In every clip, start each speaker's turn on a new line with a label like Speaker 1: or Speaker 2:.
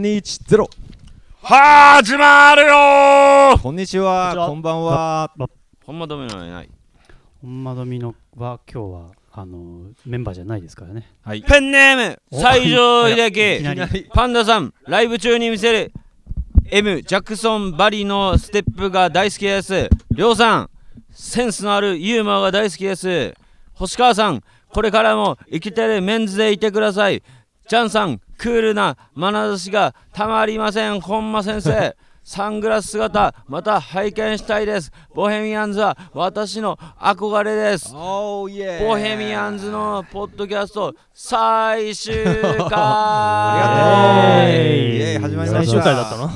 Speaker 1: 3210
Speaker 2: 始まるよー
Speaker 1: こんにちは
Speaker 3: こんにちは
Speaker 1: こんばんは
Speaker 2: ほんま止められない。
Speaker 3: ほんまどみのは今日はあのメンバーじゃないですからね。
Speaker 1: はい
Speaker 2: ペンネーム、
Speaker 3: お
Speaker 2: 西条
Speaker 3: い
Speaker 2: 秀
Speaker 3: き
Speaker 2: 明
Speaker 3: なり
Speaker 2: パンダさん、ライブ中に見せる M、ジャクソン・バリのステップが大好きです。りょうさん、センスのあるユーモアが大好きです。星川さん、これからも生きてるメンズでいてください。ジャンさん、クールな眼差しがたまりません、本間先生。 サングラス姿、また拝見したいです。ボヘミアンズは私の憧れです。
Speaker 1: おーイエ
Speaker 2: ボヘミアンズのポッドキャスト最終回
Speaker 1: ありがとうイエーイ始まりま
Speaker 4: 最
Speaker 1: した
Speaker 4: 終回だったの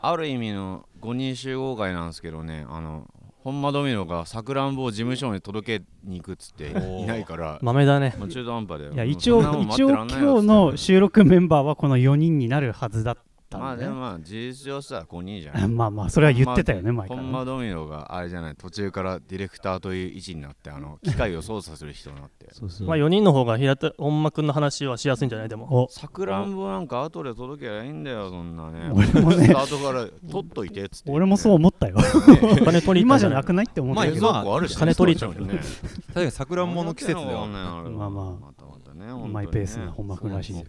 Speaker 2: ある意味の5人集合会なんですけどねあの本間ドミノがさくらんぼを事務所に届けに行くっつっていないから、
Speaker 4: 豆だね
Speaker 2: まあ、中途半端で
Speaker 3: いや一応一応今日の収録メンバーはこの4人になるはずだった
Speaker 2: まあ
Speaker 3: んで
Speaker 2: で
Speaker 3: ね
Speaker 2: も。まあ事実上さ5人じゃん
Speaker 3: まあまあそれは言ってたよね前からね。
Speaker 2: 本間ドミノがあれじゃない途中からディレクターという位置になってあの機械を操作する人になって
Speaker 1: そうそう
Speaker 4: まあ4人の方が平田本間君の話はしやすいんじゃないでも
Speaker 3: お
Speaker 2: さくらんぼなんか後で届けばいいんだよそんなね
Speaker 3: 俺もね
Speaker 2: スタートから取っといてっつって
Speaker 3: 俺もそう思ったよ。
Speaker 4: お金取りに行
Speaker 3: 今
Speaker 4: ったん
Speaker 3: じゃなくないって思った
Speaker 1: まあ
Speaker 3: け
Speaker 2: 冷
Speaker 3: ど。
Speaker 1: 今
Speaker 2: 蔵庫あるしね
Speaker 4: 金取り
Speaker 2: スタジオにね
Speaker 1: 確かに桜もの季節では
Speaker 2: ま
Speaker 3: まあまあ
Speaker 2: またまたね
Speaker 3: うまいペースな
Speaker 2: 本
Speaker 3: 本間君らしいですよ。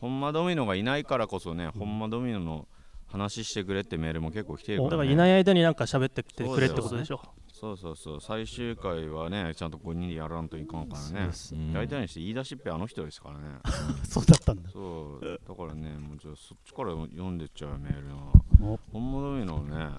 Speaker 2: ほんまドミノがいないからこそね、ほんまドミノの話してくれってメールも結構来てる
Speaker 4: だ
Speaker 2: か、
Speaker 4: からら
Speaker 2: ね、
Speaker 4: いない間になんか喋ってきてくれってことでしょ
Speaker 2: そうそうそう最終回はねちゃんと5人でやらんといかんからね
Speaker 1: うん
Speaker 2: 大体にして言い出しっぺあの人ですからね
Speaker 3: そうだったんだ。
Speaker 2: そうだからねもうちょっとそっちから読んでっちゃうよメール
Speaker 3: お
Speaker 2: のほんまドミノのね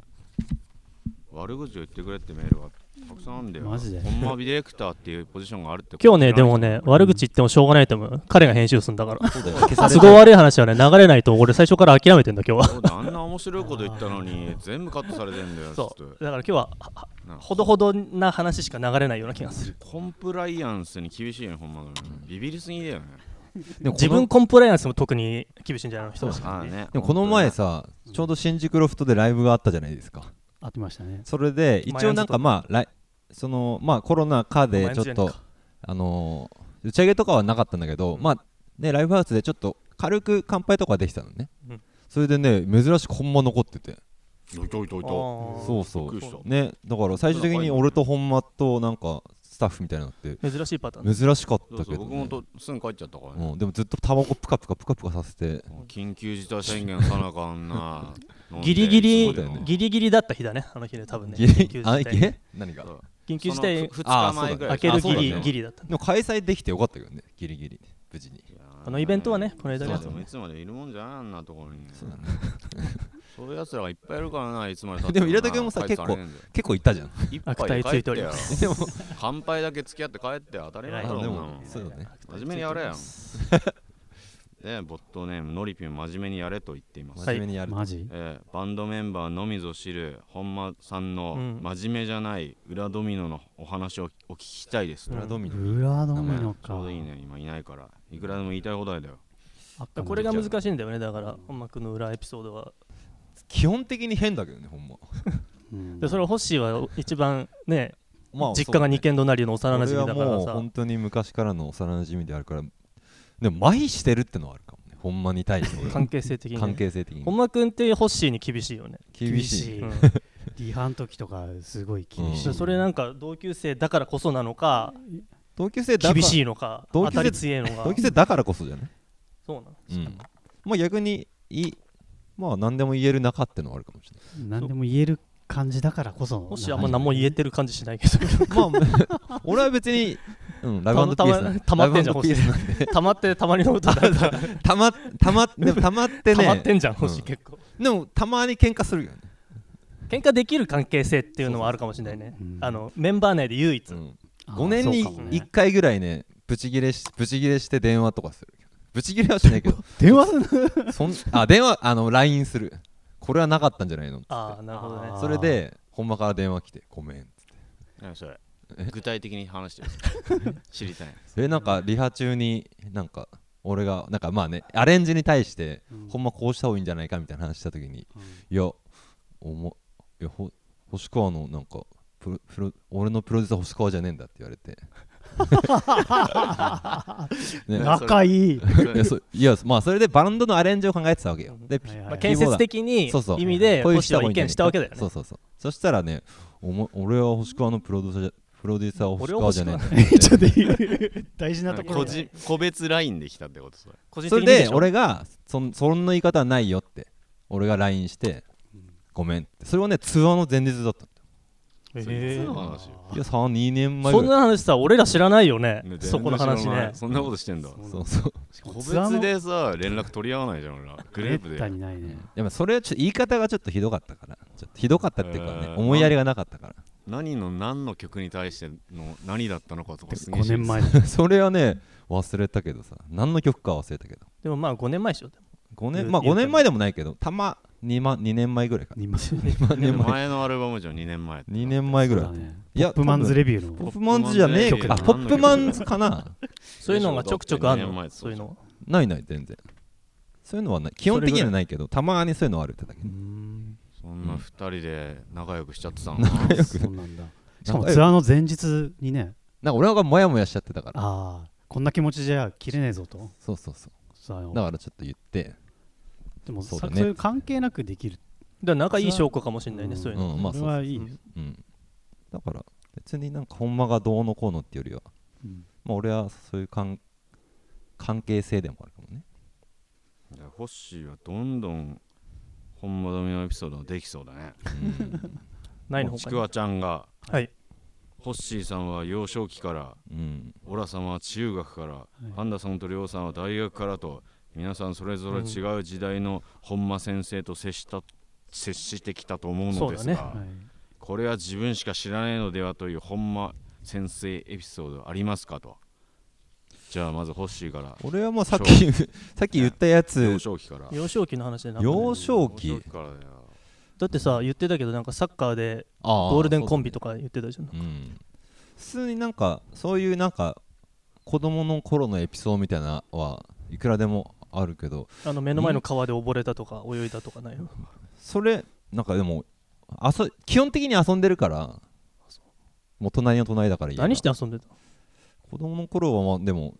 Speaker 2: 悪口を言ってくれってメールがたくさんあるんだよ
Speaker 3: マジで
Speaker 2: ほんまディレクターっていうポジションがあるってこと
Speaker 4: 今日ね
Speaker 2: 知ら
Speaker 4: で
Speaker 2: なか
Speaker 4: も
Speaker 2: った
Speaker 4: ね悪口言ってもしょうがないと思う彼が編集するんだから
Speaker 1: そうだよ消され
Speaker 4: 都
Speaker 1: てる
Speaker 4: 合悪い話はね流れないと俺最初から諦めてんだ今日は
Speaker 2: そうだあんな面白いこと言ったのに全部カットされてんだよちょっ
Speaker 4: そ
Speaker 2: と
Speaker 4: うだから今日ははは
Speaker 2: なんか
Speaker 4: ほどほどな話しか流れないような気がする
Speaker 2: コンプライアンスに厳しいよねほんまのビビりすぎだよね
Speaker 1: でもこの
Speaker 4: 自分コンプライアンスも特に厳しいんじゃないの人は
Speaker 2: ああね
Speaker 1: でもこの前さちょうど新宿ロフトでライブがあったじゃないですか
Speaker 3: 合ってましたね。
Speaker 1: それで一応なんかまあライそのまあコロナ禍で
Speaker 4: 毎
Speaker 1: ちょっ
Speaker 4: 日やん
Speaker 1: と
Speaker 4: か
Speaker 1: あのー打ち上げとかはなかったんだけど、まあねライブハウスでちょっと軽く乾杯とかできたのね、
Speaker 4: うん
Speaker 1: それでね珍しく本間残ってて
Speaker 2: おいといといと
Speaker 4: そ
Speaker 1: そうそ
Speaker 2: びっくりし
Speaker 1: うねだから最終的に俺と本間となんかスタッフみたいになって
Speaker 4: う珍しいパターン
Speaker 1: 珍しかっ
Speaker 2: そう
Speaker 1: た
Speaker 2: そ
Speaker 1: け
Speaker 2: う
Speaker 1: ど、
Speaker 2: 僕
Speaker 1: ね
Speaker 2: もとすぐ帰っちゃったから
Speaker 1: う
Speaker 2: ね
Speaker 1: ん、でもずっとタバコプカプカプカプカさせて
Speaker 2: 緊急事態宣言のさなかあんな
Speaker 4: ギリギ
Speaker 2: 飲
Speaker 4: リ
Speaker 2: んでいつもよ
Speaker 4: ギリギリだった日だねあの日ね多分ね
Speaker 1: ギリ
Speaker 4: 緊急事
Speaker 1: あ
Speaker 4: 態
Speaker 1: いけ何が
Speaker 2: そう
Speaker 4: 緊急事
Speaker 2: そ
Speaker 4: 態
Speaker 2: のふ2日前 ぐら
Speaker 4: 開
Speaker 2: い
Speaker 4: け
Speaker 1: あ
Speaker 4: る
Speaker 1: そう
Speaker 4: ギ
Speaker 1: だね
Speaker 4: リギリだった
Speaker 1: でも開催できてよかったけどねギリギリ無事に
Speaker 4: あのイベントはねこの間
Speaker 2: そ
Speaker 4: のや
Speaker 2: う
Speaker 4: つ
Speaker 2: でもいつまでいるもんじゃないあんなところに そういうやつらがいっぱいいるからないつまで経って
Speaker 1: でも平田君もさ
Speaker 2: 帰ってかれねえんだよ
Speaker 1: 結構いたじゃん
Speaker 2: 一
Speaker 4: 悪
Speaker 2: 杯で
Speaker 4: 態つ
Speaker 2: 帰っ
Speaker 4: いて
Speaker 2: て
Speaker 4: おり
Speaker 2: よ
Speaker 4: ます
Speaker 1: でも
Speaker 2: 乾杯だけ付き合って帰って当たり前
Speaker 1: あ
Speaker 2: だろ
Speaker 1: で
Speaker 2: そんな
Speaker 1: も
Speaker 2: の
Speaker 1: そうだね
Speaker 2: 真面目にやれよ。ねえ、ボットネーム、ノリピン、真面目にやれと言っています。
Speaker 1: 真面目にやる、
Speaker 3: マジ
Speaker 2: ええバンドメンバーのみぞ知る本間さんの
Speaker 4: うん
Speaker 2: 真面目じゃない裏ドミノのお話をお聞きしたいですと。
Speaker 4: うん
Speaker 1: 裏ドミノ
Speaker 3: 裏ド
Speaker 2: 名前
Speaker 3: ミノ
Speaker 2: ち
Speaker 3: か
Speaker 2: ょうど。いいね、今いないから。いくらでも言いたいことだよ。
Speaker 3: あっ
Speaker 4: だか
Speaker 3: た
Speaker 4: らこれが難しいんだよねだから本間君の裏エピソードは
Speaker 1: 基本的に変だけどねほんま
Speaker 3: うん
Speaker 4: でそれをホッシーは一番ね
Speaker 1: まあ
Speaker 4: 実家が二軒隣の幼馴
Speaker 1: 俺
Speaker 4: 染
Speaker 1: は
Speaker 4: だから
Speaker 1: もう
Speaker 4: さ
Speaker 1: 本当に昔からの幼馴染であるからでも麻痺してるってのはあるかもねほんまに対して俺
Speaker 4: 関係性的にね
Speaker 1: 関係性的に
Speaker 4: 本間君ってホッシーに厳しいよね
Speaker 1: 厳しい
Speaker 4: うん
Speaker 3: リハの時とかすごい厳し
Speaker 1: う
Speaker 4: で
Speaker 3: い。
Speaker 4: それなんか同級生だからこそなのか
Speaker 1: 同級生だから
Speaker 4: 厳しいのか
Speaker 1: 同級
Speaker 4: 当
Speaker 1: 生
Speaker 4: たり強いの
Speaker 1: 同
Speaker 4: か
Speaker 1: 級生だからこそじゃない
Speaker 4: そうなの
Speaker 1: うんまあ逆にいいまあ何でも言える仲ってのはあるかもし れ
Speaker 3: 何でも言える感じだからこそ。
Speaker 4: ホッシーはあんま何も言えてる感じしないけど
Speaker 1: ないまあ俺は別にうんラブピースなんで
Speaker 4: たまたま溜まってんじゃん
Speaker 1: ラブピースなんで
Speaker 4: たまって たまりの歌だから
Speaker 1: たまたまでもたまって
Speaker 4: たまっ
Speaker 1: ね
Speaker 4: てんじゃん
Speaker 1: うん
Speaker 4: ホッシー結構
Speaker 1: でもたまに喧嘩するよね
Speaker 4: 喧嘩できる関係性っていうのはあるかもしれないね
Speaker 3: うん
Speaker 4: あのメンバー内で唯一
Speaker 1: うん
Speaker 3: あー
Speaker 1: 5年に
Speaker 3: そうかもね
Speaker 1: 1回ぐらいねブチギレしブチギレして電話とかするブチギレはしないけど
Speaker 3: 電 話する
Speaker 1: そん あ電話あの LINE するこれはなかったんじゃないのっつって
Speaker 4: ああなるほどね
Speaker 3: あー
Speaker 1: それで本間から電話来てごめんっつって
Speaker 2: 何それ。具体的に話してよ知りたい。
Speaker 1: でなんかリハ中になんか俺がなんかまあねアレンジに対して本間こうした方がいいんじゃないかみたいな話した時にいやおもいやほ星川のなんかプロプロ俺のプロデューサー星川じゃねえんだって言われてね
Speaker 3: 仲いい。
Speaker 1: いやそいやまあそれでバンドのアレンジを考えてたわけよで
Speaker 3: はいはい
Speaker 4: まあ、建設的に
Speaker 1: そうそう
Speaker 4: 意味で
Speaker 1: こういう
Speaker 4: 星
Speaker 1: 人
Speaker 4: 野
Speaker 1: が多い
Speaker 4: の意
Speaker 1: んじゃ
Speaker 4: 見
Speaker 1: ない
Speaker 4: したわけだよね
Speaker 1: そうそうそうそしたらねおも俺は星川のプロデューサープロデューサーを星川じゃねえんだ
Speaker 3: ちょっといい 大事なところ
Speaker 2: 個。人個別ラインできたってことそれ
Speaker 4: 個人
Speaker 1: そ
Speaker 4: 的
Speaker 1: れ
Speaker 4: にで
Speaker 1: で
Speaker 4: しょ
Speaker 1: 俺がそんそんな言い方はないよって俺が LINE してごめんってそれはねツアーの前日だった
Speaker 4: へ
Speaker 2: そい
Speaker 4: え
Speaker 2: つの話よ
Speaker 1: いや32年前
Speaker 4: そ
Speaker 1: ぐ
Speaker 4: ん
Speaker 1: らい
Speaker 4: な話さ俺ら知らないよね
Speaker 2: ね
Speaker 4: そこの
Speaker 2: 全然
Speaker 4: 話
Speaker 2: 知らな
Speaker 4: ね
Speaker 2: いそんなことしてんだ
Speaker 1: そうそう
Speaker 2: 個別でさ連絡取り合わないじゃん俺らグループ
Speaker 3: めった
Speaker 2: で
Speaker 3: にないね。
Speaker 1: でもそれはちょっと言い方がちょっとひどかったからちょっとひどかったっていうかね、
Speaker 2: えー
Speaker 1: 思いやりがなかったか
Speaker 2: 何の何の曲に対しての何だったのかとかすげえ
Speaker 3: 5年前。
Speaker 1: ら それはね忘れたけどさ何の曲か忘れたけど
Speaker 4: でもまあ5年前でしょでも
Speaker 1: 5
Speaker 4: 言
Speaker 1: 年
Speaker 4: う
Speaker 1: まあ
Speaker 4: 言う
Speaker 1: 5
Speaker 4: たら
Speaker 1: 年前でもないけどたま 2, 万2年前ぐらいかな
Speaker 3: 今
Speaker 1: 2年前
Speaker 2: 前のアルバムじゃん2年前
Speaker 1: 2年前ぐ らい
Speaker 3: そう だね
Speaker 1: いや
Speaker 3: ポップマンズレビュ
Speaker 1: ポ
Speaker 3: ー
Speaker 1: ップマンズじゃねえ
Speaker 2: ポ
Speaker 1: あ
Speaker 2: ッ
Speaker 1: ポ
Speaker 2: プマン
Speaker 1: ッ
Speaker 2: ズ
Speaker 1: プマンズかな
Speaker 4: そういうのがちょくちょくある
Speaker 2: 二年前
Speaker 4: の
Speaker 2: って
Speaker 4: そういうの
Speaker 1: ないない全然そういうのはない基本的にはないけどたまにそういうのはあるってだけ
Speaker 2: そんな2人で仲良くしちゃってたの
Speaker 3: の。そうなんだ。しか
Speaker 1: なん
Speaker 3: も
Speaker 1: かえ
Speaker 3: ツアーの前日にね、
Speaker 1: なんか俺がモヤモヤしちゃってたから
Speaker 3: ああ、こんな気持ちじゃ切れねえぞと。
Speaker 1: そうそうそう
Speaker 3: ツアーを
Speaker 1: だからちょっと言って
Speaker 3: でも
Speaker 1: そ
Speaker 3: そうう
Speaker 1: だね
Speaker 3: いう関係なくできる。
Speaker 4: だから仲いい証拠かもしれないねそういう
Speaker 1: う
Speaker 4: の
Speaker 1: んまあ
Speaker 3: そ
Speaker 1: そ
Speaker 3: れ
Speaker 1: う
Speaker 3: はいいね。
Speaker 1: うんだから別になんかほんまがどうのこうのってよりは
Speaker 3: うん
Speaker 1: まあ俺はそういう関関係性でもあるかもね
Speaker 2: いやホッシーはどんどん本物のエピソードができそうだね
Speaker 4: ないの
Speaker 2: ち
Speaker 4: 他
Speaker 2: く
Speaker 4: に
Speaker 2: わちゃんが
Speaker 4: はい
Speaker 2: ホッシーさんは幼少期から
Speaker 1: うん
Speaker 2: オラ様は中学から、パンダさんとりょうさんは大学からと皆さんそれぞれ違う時代の本間先生と接した、接してきたと思うのです
Speaker 4: そ
Speaker 2: が、
Speaker 4: うだ
Speaker 3: はい
Speaker 2: これは自分しか知らないのではという本間先生エピソードありますかとじゃあまずホッシーから
Speaker 1: 俺はもうさっき さっき言ったや
Speaker 2: 幼
Speaker 1: つ
Speaker 2: 少期から
Speaker 4: 幼少期の話でなんかね
Speaker 1: 幼少
Speaker 2: 幼
Speaker 1: 期
Speaker 2: からだよ
Speaker 4: だってさ言ってたけどなんかサッカーで
Speaker 1: ゴ
Speaker 4: ゴールデンコンビとか言ってたじゃん
Speaker 1: うん、普通になんかそういうなんか子供の頃のエピソードみたいなのはいくらでもあるけど
Speaker 4: あの目の前の川で溺れたとか泳いだとかないの
Speaker 1: それなんかでも遊基本的に遊んでるからもう隣の隣だからいい
Speaker 4: 何して遊んでた
Speaker 1: 子供の頃はまあでも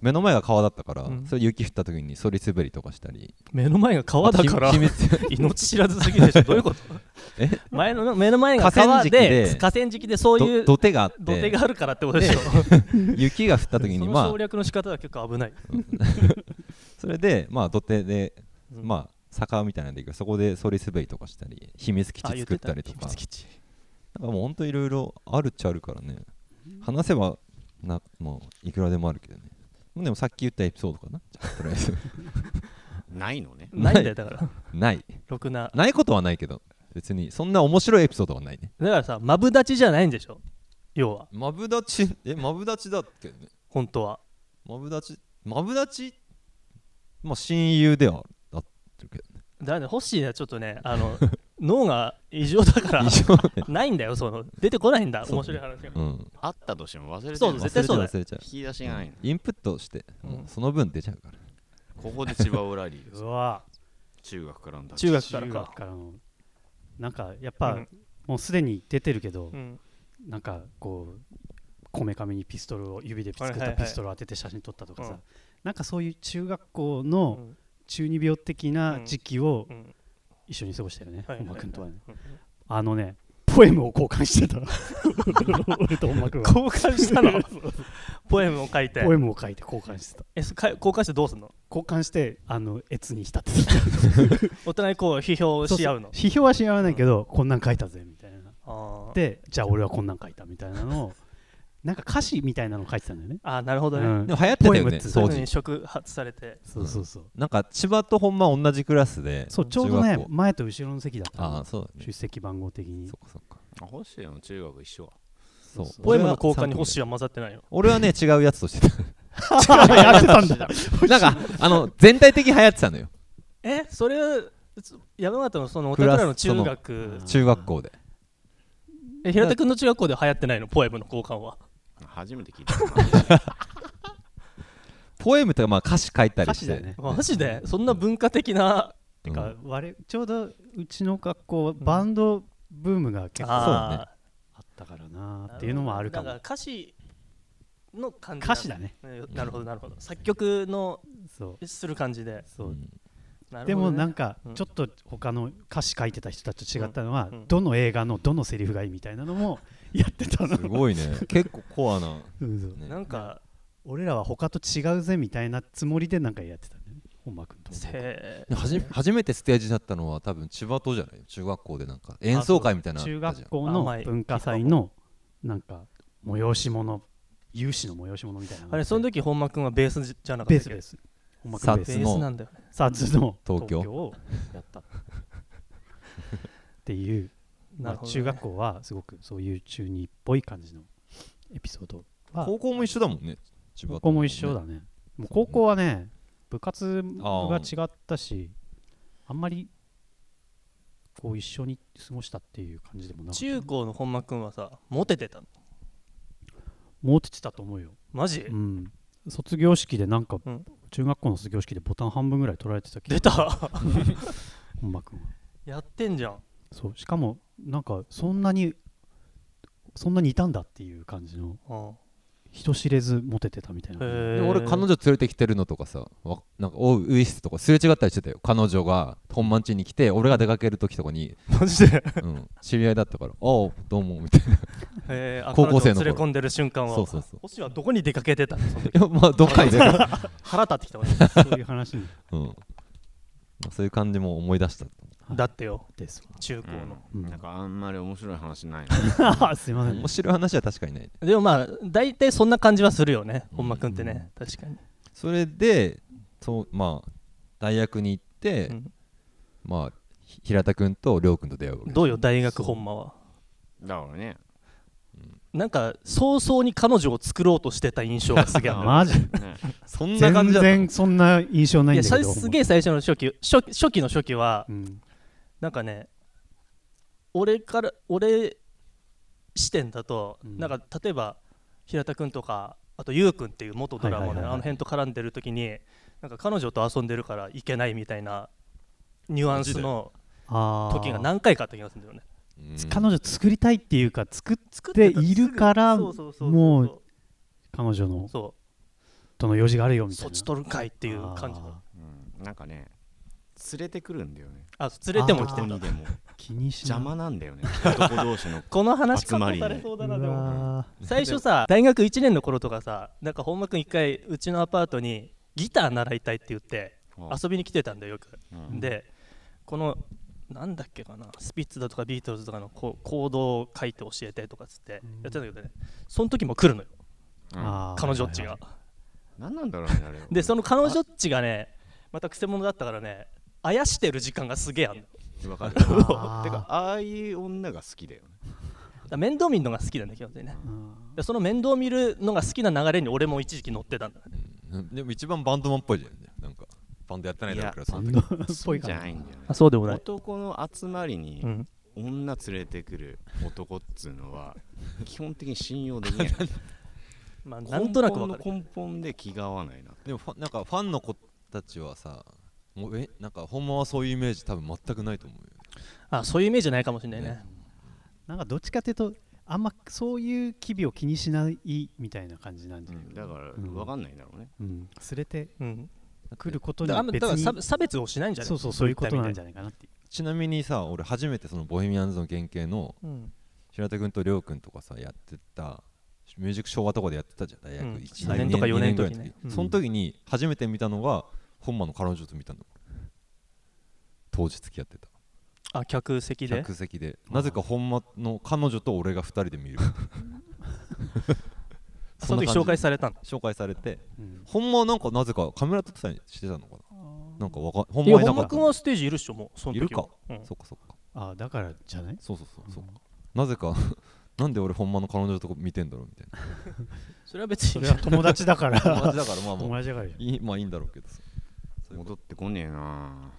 Speaker 1: 目の前が川だったから、
Speaker 4: うん
Speaker 1: それ雪降った時にそり滑りとかしたり
Speaker 4: 目の前が川だから
Speaker 1: あき秘密
Speaker 4: 命知らずすぎるでしょどういうこと
Speaker 1: え
Speaker 4: 前の目の前が
Speaker 1: 河川
Speaker 4: 川
Speaker 1: 敷
Speaker 4: で
Speaker 1: で
Speaker 4: 河川敷でそうい
Speaker 1: ど
Speaker 4: う土
Speaker 1: 土手があって
Speaker 4: 手があるからってことでしょ
Speaker 1: 雪が降った時に
Speaker 4: そ
Speaker 1: ま
Speaker 4: の
Speaker 1: あ
Speaker 4: 省略の仕方は結構危ない
Speaker 1: それでまあ土手で、
Speaker 4: うん
Speaker 1: まあ坂みたいなんで行くそこでそり滑りとかしたり秘密基
Speaker 4: あ
Speaker 1: 地
Speaker 4: 言っ
Speaker 1: 作ってたりとか
Speaker 4: 秘密基地
Speaker 1: なんかもうほんといろいろあるっちゃあるからね話せばなもういくらでもあるけどねでもさっき言ったエピソードかなじゃあとりあえ ず
Speaker 2: ないのね
Speaker 4: ないんだよだから
Speaker 1: ない
Speaker 4: ろくな
Speaker 1: ないことはないけど別にそんな面白いエピソードはないね
Speaker 4: だからさマブダチじゃないんでしょ要は
Speaker 1: マブダチえマブダチだっけね
Speaker 4: 本当は
Speaker 1: マブダチマブダチまあ親友ではあってるけどね
Speaker 4: だからホッシーはちょっとね あの脳が異常だから
Speaker 1: 一応ね
Speaker 4: ないんだよその出てこないんだ面白い話が
Speaker 1: うん
Speaker 2: あったとしても忘れて
Speaker 4: そう
Speaker 2: る
Speaker 4: 絶対そうだよ
Speaker 1: 忘れちゃう忘れちゃう
Speaker 2: 引き出しがないの
Speaker 1: インプットして、
Speaker 4: うん
Speaker 1: その分出ちゃうから
Speaker 2: ここで千葉オラリーです
Speaker 3: うわ
Speaker 2: 中学からの
Speaker 4: 中学から
Speaker 3: 中
Speaker 4: か
Speaker 3: 学からのなんかやっぱ、
Speaker 4: うん
Speaker 3: もうすでに出てるけど、
Speaker 4: うん
Speaker 3: なんかこうこめかみにピストルを指で作っ
Speaker 4: はいは
Speaker 3: た
Speaker 4: いはい
Speaker 3: ピストルを当てて写真撮ったとかさ、
Speaker 4: うん
Speaker 3: なんかそういう中学校の中二病的な時期を
Speaker 4: うんうん
Speaker 3: 一緒に過ごしたよね、
Speaker 4: はいはいはい
Speaker 3: 本間君とはね、
Speaker 4: うん
Speaker 3: あのねポエムを交換してた俺と本間君は
Speaker 4: 交換したのポエムを書いて
Speaker 3: ポエムを書いて交換してた
Speaker 4: えそか交換してどうすんの
Speaker 3: 交換してあの越に浸って た
Speaker 4: お互いこう批評し合うの
Speaker 3: 批評はし合わないけど、こんなん書いたぜみたいな
Speaker 4: あー
Speaker 3: でじゃあ俺はこんなん書いたみたいなのをなんか歌詞みたいなの書いてたんだよね、
Speaker 4: あーなるほど
Speaker 3: う
Speaker 4: ね
Speaker 3: ん
Speaker 1: でも流行ってたよ
Speaker 3: ポエムっ
Speaker 1: ね
Speaker 3: て
Speaker 4: そうい
Speaker 1: 当
Speaker 4: うふう
Speaker 1: 時
Speaker 4: に触発されて
Speaker 3: そうそうそう、
Speaker 1: なんか千葉と本間同じクラスで
Speaker 3: そうちょうどね
Speaker 1: 中学校
Speaker 3: 前と後ろの席だった
Speaker 1: あ
Speaker 3: の
Speaker 1: あそうだね
Speaker 3: 出席番号的に
Speaker 1: そっかそっか
Speaker 2: ホッシーの中学一緒
Speaker 1: そうそう
Speaker 4: ポエムの交換に星
Speaker 1: い
Speaker 4: は混ざってないの
Speaker 1: 俺はね違うやつとして
Speaker 3: やってた んだ
Speaker 1: たなんかあの全体的に流行ってたのよ
Speaker 4: えそれはつ山形のそのお
Speaker 1: ク
Speaker 4: た
Speaker 1: ラス
Speaker 4: くらの中学
Speaker 3: その
Speaker 1: 中学校で
Speaker 4: え平田君の中学校で流行ってないのポエムの交換は
Speaker 2: だ初めて聞いた
Speaker 1: ポエムとかまあ歌詞書いたり
Speaker 3: 歌
Speaker 1: し
Speaker 3: 詞だよ
Speaker 1: て
Speaker 3: ね
Speaker 4: マジでそんな文化的な
Speaker 3: てか我ちょうどうちの学校はバンドブームが結構あ
Speaker 1: あ
Speaker 4: あ
Speaker 1: ー
Speaker 3: ったからなっていうのもあるか
Speaker 4: だから
Speaker 3: も
Speaker 4: 歌詞の感じ
Speaker 3: 歌詞だね
Speaker 4: なよなるほどなるほど作曲の
Speaker 3: そ
Speaker 4: する感じで
Speaker 3: うそう、
Speaker 4: なるほどね
Speaker 3: でもなんか
Speaker 4: うん
Speaker 3: ちょっと他の歌詞書いてた人たちと違ったのは、
Speaker 4: うんうん
Speaker 3: どの映画のどのセリフがいいみたいなのも やってたの
Speaker 1: すごいね 結構コアな、
Speaker 3: そうそう
Speaker 1: ね、
Speaker 4: なんか
Speaker 3: 俺らは他と違うぜみたいなつもりでなんかやってたんだよね本間君と
Speaker 4: せ
Speaker 1: はじ初めてステージだったのは多分千葉とじゃない中学校でなんか演奏会みたいなの
Speaker 3: 中
Speaker 1: あったじゃ
Speaker 3: 学
Speaker 1: ん
Speaker 3: 校の文化祭のなんか催し物有志の催し物みたいな
Speaker 4: あれその時本間君はベースじゃなか
Speaker 3: ベ
Speaker 4: っ
Speaker 3: ー
Speaker 4: た
Speaker 3: ス
Speaker 4: っ
Speaker 3: ベー
Speaker 4: け
Speaker 3: ス本間君ベー
Speaker 4: ベ
Speaker 1: ベ
Speaker 3: ス
Speaker 1: ース
Speaker 4: ースなんだよね
Speaker 3: サーズの
Speaker 1: 東京
Speaker 3: を
Speaker 4: やった
Speaker 3: っていう、ま
Speaker 4: な
Speaker 3: あ
Speaker 4: るほどね
Speaker 3: 中学校はすごくそういう中二っぽい感じのエピソードは
Speaker 1: 高校も一緒だもんね千葉と
Speaker 3: 高校も一緒だねもう高校はね部活
Speaker 1: あ
Speaker 3: が違ったしあんまりこう一緒に過ごしたっていう感じでもなかった
Speaker 4: 中高の本間君はさモテてたの
Speaker 3: モテてたと思うよ、
Speaker 4: マジ
Speaker 3: うん、卒業式でなんか、
Speaker 4: うん
Speaker 3: 中学校の卒業式でボタン半分ぐらい取られてた気が
Speaker 4: 出た
Speaker 3: 本間君は
Speaker 4: やってんじゃん
Speaker 3: そうしかもなんかそんなにそんなにいたんだっていう感じの
Speaker 4: うん
Speaker 3: 人知れずモテてたみたいな、
Speaker 1: で
Speaker 4: へ
Speaker 1: 俺彼女連れてきてるのとかさわなんかおうウイスとかすれ違ったりしてたよ彼女が本番地に来て俺が出かける時とかに、
Speaker 4: マ ジで
Speaker 1: うん、知り合いだったから「 おうどうも」みたいない
Speaker 4: えーあ
Speaker 1: 高校生の頃
Speaker 4: 彼女を連れ込んでる瞬間は
Speaker 1: そうそうそう
Speaker 4: 星はどこに出かけ てたのその時
Speaker 1: やまあどっかに出る、
Speaker 4: 腹立ってきたわ
Speaker 3: そういう話に
Speaker 1: うん、まあそういう感じも思い出した
Speaker 4: だってよ
Speaker 3: ですわ
Speaker 4: 中高の、
Speaker 3: うん
Speaker 2: なんかあんまり面白い話ない
Speaker 3: すいません
Speaker 1: 面白い話は確かにない
Speaker 4: でもまあ大体そんな感じはするよね本間君ってね、確かに、
Speaker 1: それでそうまあ大学に行って、
Speaker 4: うん
Speaker 1: まあひ平田君と亮君と出会うわけ
Speaker 4: どうよ大学本間は
Speaker 2: なだからね
Speaker 4: なんか早々に彼女を作ろうとしてた印象がすげえ あ る
Speaker 3: マジ
Speaker 2: ね
Speaker 1: そんな感じ
Speaker 3: 全
Speaker 1: だった
Speaker 3: 然そんな印象ないいん
Speaker 4: や
Speaker 3: だけ
Speaker 4: さ
Speaker 3: ど
Speaker 4: すげえ最初の初期初初期の初期は
Speaker 3: うん
Speaker 4: なんかね俺から俺視点だと、
Speaker 3: うん
Speaker 4: なんか例えば平田君とかあと優君っていう元ドラマの、
Speaker 3: は
Speaker 4: ね
Speaker 3: いはいはいはい
Speaker 4: あの辺と絡んでる時になんか彼女と遊んでるからいけないみたいなニュアンスの
Speaker 3: あー
Speaker 4: 時が何回かあった気がするんだよね
Speaker 1: うん
Speaker 3: 彼女作りたいっていうか作っ
Speaker 4: 作
Speaker 3: って
Speaker 4: たすぐ
Speaker 3: いるから
Speaker 4: そうそうそうそう
Speaker 3: もう彼女の
Speaker 4: そ
Speaker 3: との用事があるよ
Speaker 4: う
Speaker 3: みたい
Speaker 4: そっ
Speaker 3: な
Speaker 4: ち取るんかいっていう感じの
Speaker 3: あ
Speaker 2: うんなんかね連れてくるんだよね
Speaker 4: あ連れても来て
Speaker 2: 人
Speaker 4: んだ
Speaker 2: にでも
Speaker 3: ー気にしな
Speaker 2: 邪魔なんだよね男同士の
Speaker 4: この話カ
Speaker 2: 集ま
Speaker 4: ッ
Speaker 2: り
Speaker 4: トされそうだ
Speaker 3: う
Speaker 4: なでも
Speaker 3: わ
Speaker 4: 最初さ大学1年の頃とかさなんか本間君一回うちのアパートにギター習いたいって言って遊びに来てたんだよよく、
Speaker 2: うん
Speaker 4: でこのなんだっけかなスピッツだとかビートルズとかのこうコードを書いて教えてとかっつってやってたんだけどねその時も来るのよ
Speaker 2: う
Speaker 3: ー
Speaker 2: ん
Speaker 3: あー
Speaker 4: 彼女っちが、
Speaker 3: はい
Speaker 2: 何なんだろうねあれ
Speaker 4: でその彼女っちがねまたくせ者だったからねあやしてる時間がすげえあんの
Speaker 2: わかる
Speaker 3: はいは い
Speaker 2: てかああいう女が好きだよね
Speaker 4: だから面倒見るのが好きなんだ基本的にね
Speaker 3: あーうん
Speaker 4: でその面倒見るのが好きな流れに俺も一時期乗ってたんだね
Speaker 1: うんでも一番バンドマンっぽいじゃんねなんかバンドやってないだろうからそ
Speaker 3: バ
Speaker 1: の
Speaker 3: ン
Speaker 1: 時
Speaker 3: ドっぽい
Speaker 2: じ
Speaker 3: か
Speaker 2: ゃ
Speaker 3: ら
Speaker 2: ないんだよね
Speaker 4: あそうでも
Speaker 2: 男の集まりに
Speaker 4: うん、
Speaker 2: 女連れてくる男っつうの は基本的に信用できない
Speaker 4: まあ、 なんとなく
Speaker 2: 根
Speaker 4: わ
Speaker 2: 本
Speaker 4: か
Speaker 2: の
Speaker 4: る
Speaker 2: 根本で気が合わないな
Speaker 1: でもファなんかファンの子たちはさもうえなんかほんまはそういうイメージ多分全くないと思うよ
Speaker 4: あそういうイメージないかもしれないね
Speaker 1: ね
Speaker 3: なんかどっちかというとあんまそういう機微を気にしないみたいな感じなんじゃない
Speaker 2: だから
Speaker 3: うん
Speaker 2: 分かんないんだろうね
Speaker 3: うん連れて
Speaker 4: うん
Speaker 3: くること
Speaker 4: だ
Speaker 3: に
Speaker 4: からあんま
Speaker 3: 別
Speaker 4: だから
Speaker 3: に
Speaker 4: 差差別をしないんじゃない
Speaker 3: そうそうそういうことなんじ
Speaker 4: ゃ
Speaker 3: ゃないかなっていう
Speaker 1: ちなみにさ俺初めてそのボヘミアンズの原型の
Speaker 4: ない、うん
Speaker 1: 平田君と亮君とかさやってたミュージックショーはとかでやってたじゃん大学
Speaker 4: うん
Speaker 1: 1
Speaker 4: 三年とか四年
Speaker 1: ぐらい
Speaker 4: の時ねうん
Speaker 1: その時に初めて見たのが本間の彼女と見たの当時付き合ってた
Speaker 4: あ客席で
Speaker 1: 客席でなぜか本間の彼女と俺が2人で見る
Speaker 4: あその時 紹介されたの
Speaker 1: 紹介されて
Speaker 3: うん
Speaker 1: ほんまなんかなぜかカメラ撮ってたりしてたのかななんかわかほん
Speaker 4: い
Speaker 1: ま
Speaker 4: や
Speaker 1: にな
Speaker 4: 本
Speaker 1: んか
Speaker 4: 間君はステージいるっしょもうその時はい
Speaker 1: るか
Speaker 4: うん
Speaker 1: そっかそっか
Speaker 3: あーだからじ ゃない
Speaker 1: そうそうそうそうかなぜか なんで俺ほんまの彼女とこ見てんだろうみたいな
Speaker 4: それは別
Speaker 3: そ
Speaker 4: に
Speaker 3: れは友達だから
Speaker 1: 友達だからまあ
Speaker 3: 友
Speaker 1: まあ
Speaker 3: 達だからじゃ ん
Speaker 1: いいまあいいんだろうけどさそういうこ
Speaker 2: 戻ってこねえな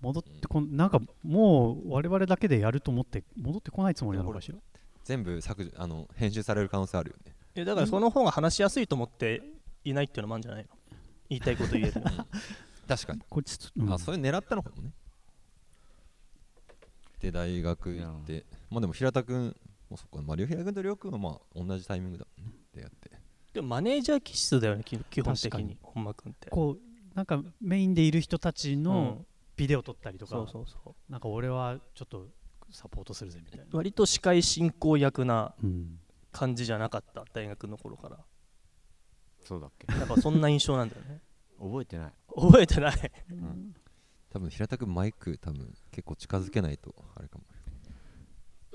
Speaker 3: 戻ってこんなんかもう我々だけでやると思って戻ってこないつもりなのかしら
Speaker 1: 全部削除あの編集される可能性あるよね
Speaker 4: いやだからその方が話しやすいと思っていないっていうのもあるんじゃないの言いたいこと言える
Speaker 1: 確かに、
Speaker 3: こっちうん
Speaker 1: あそれ狙ったのかもねで大学行ってまあでも平田君もうそっかマリオ平田君と亮君はまあ同じタイミングだもんね出会って
Speaker 4: でもマネージャー気質だよねき基本
Speaker 3: 確
Speaker 4: 的
Speaker 3: か
Speaker 4: に
Speaker 3: に
Speaker 4: 本間君って
Speaker 3: こうなんかメインでいる人たち
Speaker 4: う
Speaker 3: のビデオ撮ったりとか、
Speaker 4: そうそうそ
Speaker 3: なんか俺はちょっとサポートするぜみたいな、
Speaker 4: う割と司会進行役な
Speaker 3: うん、
Speaker 4: 感じじゃなかった大学の頃から
Speaker 2: そうだっけ
Speaker 4: なんかそんな印象なんだよね
Speaker 2: 覚えてない
Speaker 4: 覚えてない
Speaker 1: 多分平田君マイク多分結構近づけないとあれかも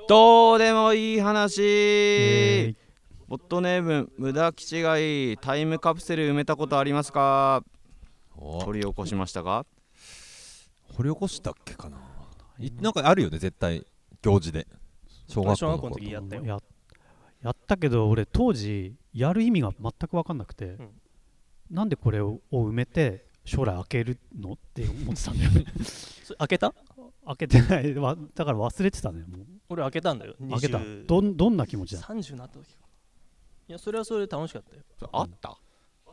Speaker 5: どうでもいい話、
Speaker 3: え
Speaker 5: ボットネーム無駄気違いタイムカプセル埋めたことありますか
Speaker 1: お
Speaker 2: 掘り起こしましたか
Speaker 1: 掘り起こしたっけかないなんかあるよね絶対行事で小学校
Speaker 4: 小
Speaker 1: の
Speaker 4: 学校の
Speaker 1: 頃
Speaker 4: 時やったよ
Speaker 3: ややったけど俺当時やる意味が全く分かんなくて、
Speaker 4: ん
Speaker 3: なんでこれを埋めて将来開けるのって思ってた んだよね
Speaker 4: それ開けた
Speaker 3: 開けてないわだから忘れてたねも
Speaker 4: 俺開けたんだよ
Speaker 3: う開けた
Speaker 4: 20
Speaker 3: どんどんな気持ちだった
Speaker 4: 30になった時かいやそれはそれで楽しかったよ
Speaker 2: それあった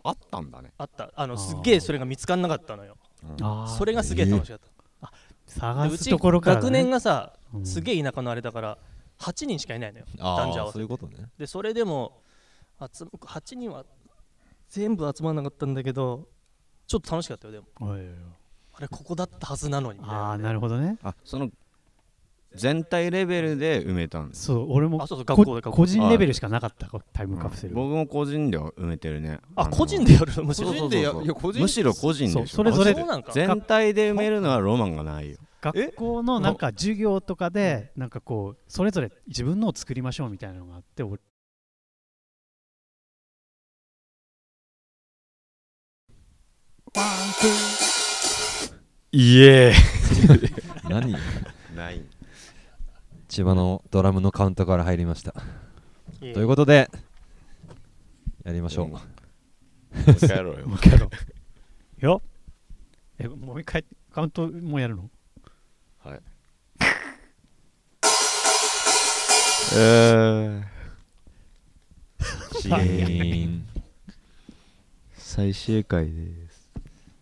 Speaker 2: あったんだね
Speaker 4: あったあの
Speaker 3: あー
Speaker 4: すっげえそれが見つかんなかったのよ
Speaker 3: あー
Speaker 4: それがすげえ楽しかった、
Speaker 3: 探
Speaker 4: う
Speaker 3: す
Speaker 4: ち
Speaker 3: ところから、ね、
Speaker 4: 学年がさ
Speaker 3: うん
Speaker 4: すげえ田舎のあれだから8人しかいないのよ男女合
Speaker 1: あ
Speaker 4: わ
Speaker 1: あ
Speaker 4: せ
Speaker 1: そういうことね
Speaker 4: でそれでも集8人は全部集まらなかったんだけどちょっと楽しかったよでも
Speaker 3: おいおいおい
Speaker 4: あれここだったはずなのにみたい
Speaker 3: あ
Speaker 4: な
Speaker 3: あなるほどね
Speaker 2: あその全体レベルで埋めたんです
Speaker 3: そう俺も
Speaker 4: あそうそう
Speaker 3: こ
Speaker 4: 学校で学校で
Speaker 3: 個人レベルしかなかったこタイムカプセル、
Speaker 2: 僕も個人では埋めてるね
Speaker 4: あ
Speaker 2: の
Speaker 4: 個人でやるのむし
Speaker 2: そう
Speaker 4: ろ
Speaker 2: そうそうそうむしろ個人でし
Speaker 3: そ
Speaker 2: ょ
Speaker 3: うそれぞれ
Speaker 4: そうなんか
Speaker 2: 全体で埋めるのはロマンがないよ
Speaker 3: 学校のなんか授業とかでなんかこうそれぞれ自分のを作りましょうみたいなのがあって俺
Speaker 2: いえ
Speaker 1: 何
Speaker 2: ない
Speaker 1: 千葉のドラムのカウントから入りました
Speaker 4: いえいえ
Speaker 1: ということでやりましょう、
Speaker 2: うんもう一回やろうよ
Speaker 3: もう一回やろうよえもう一回カウントもうやるの
Speaker 2: はいえ ー
Speaker 1: シ ーン
Speaker 2: 最終回です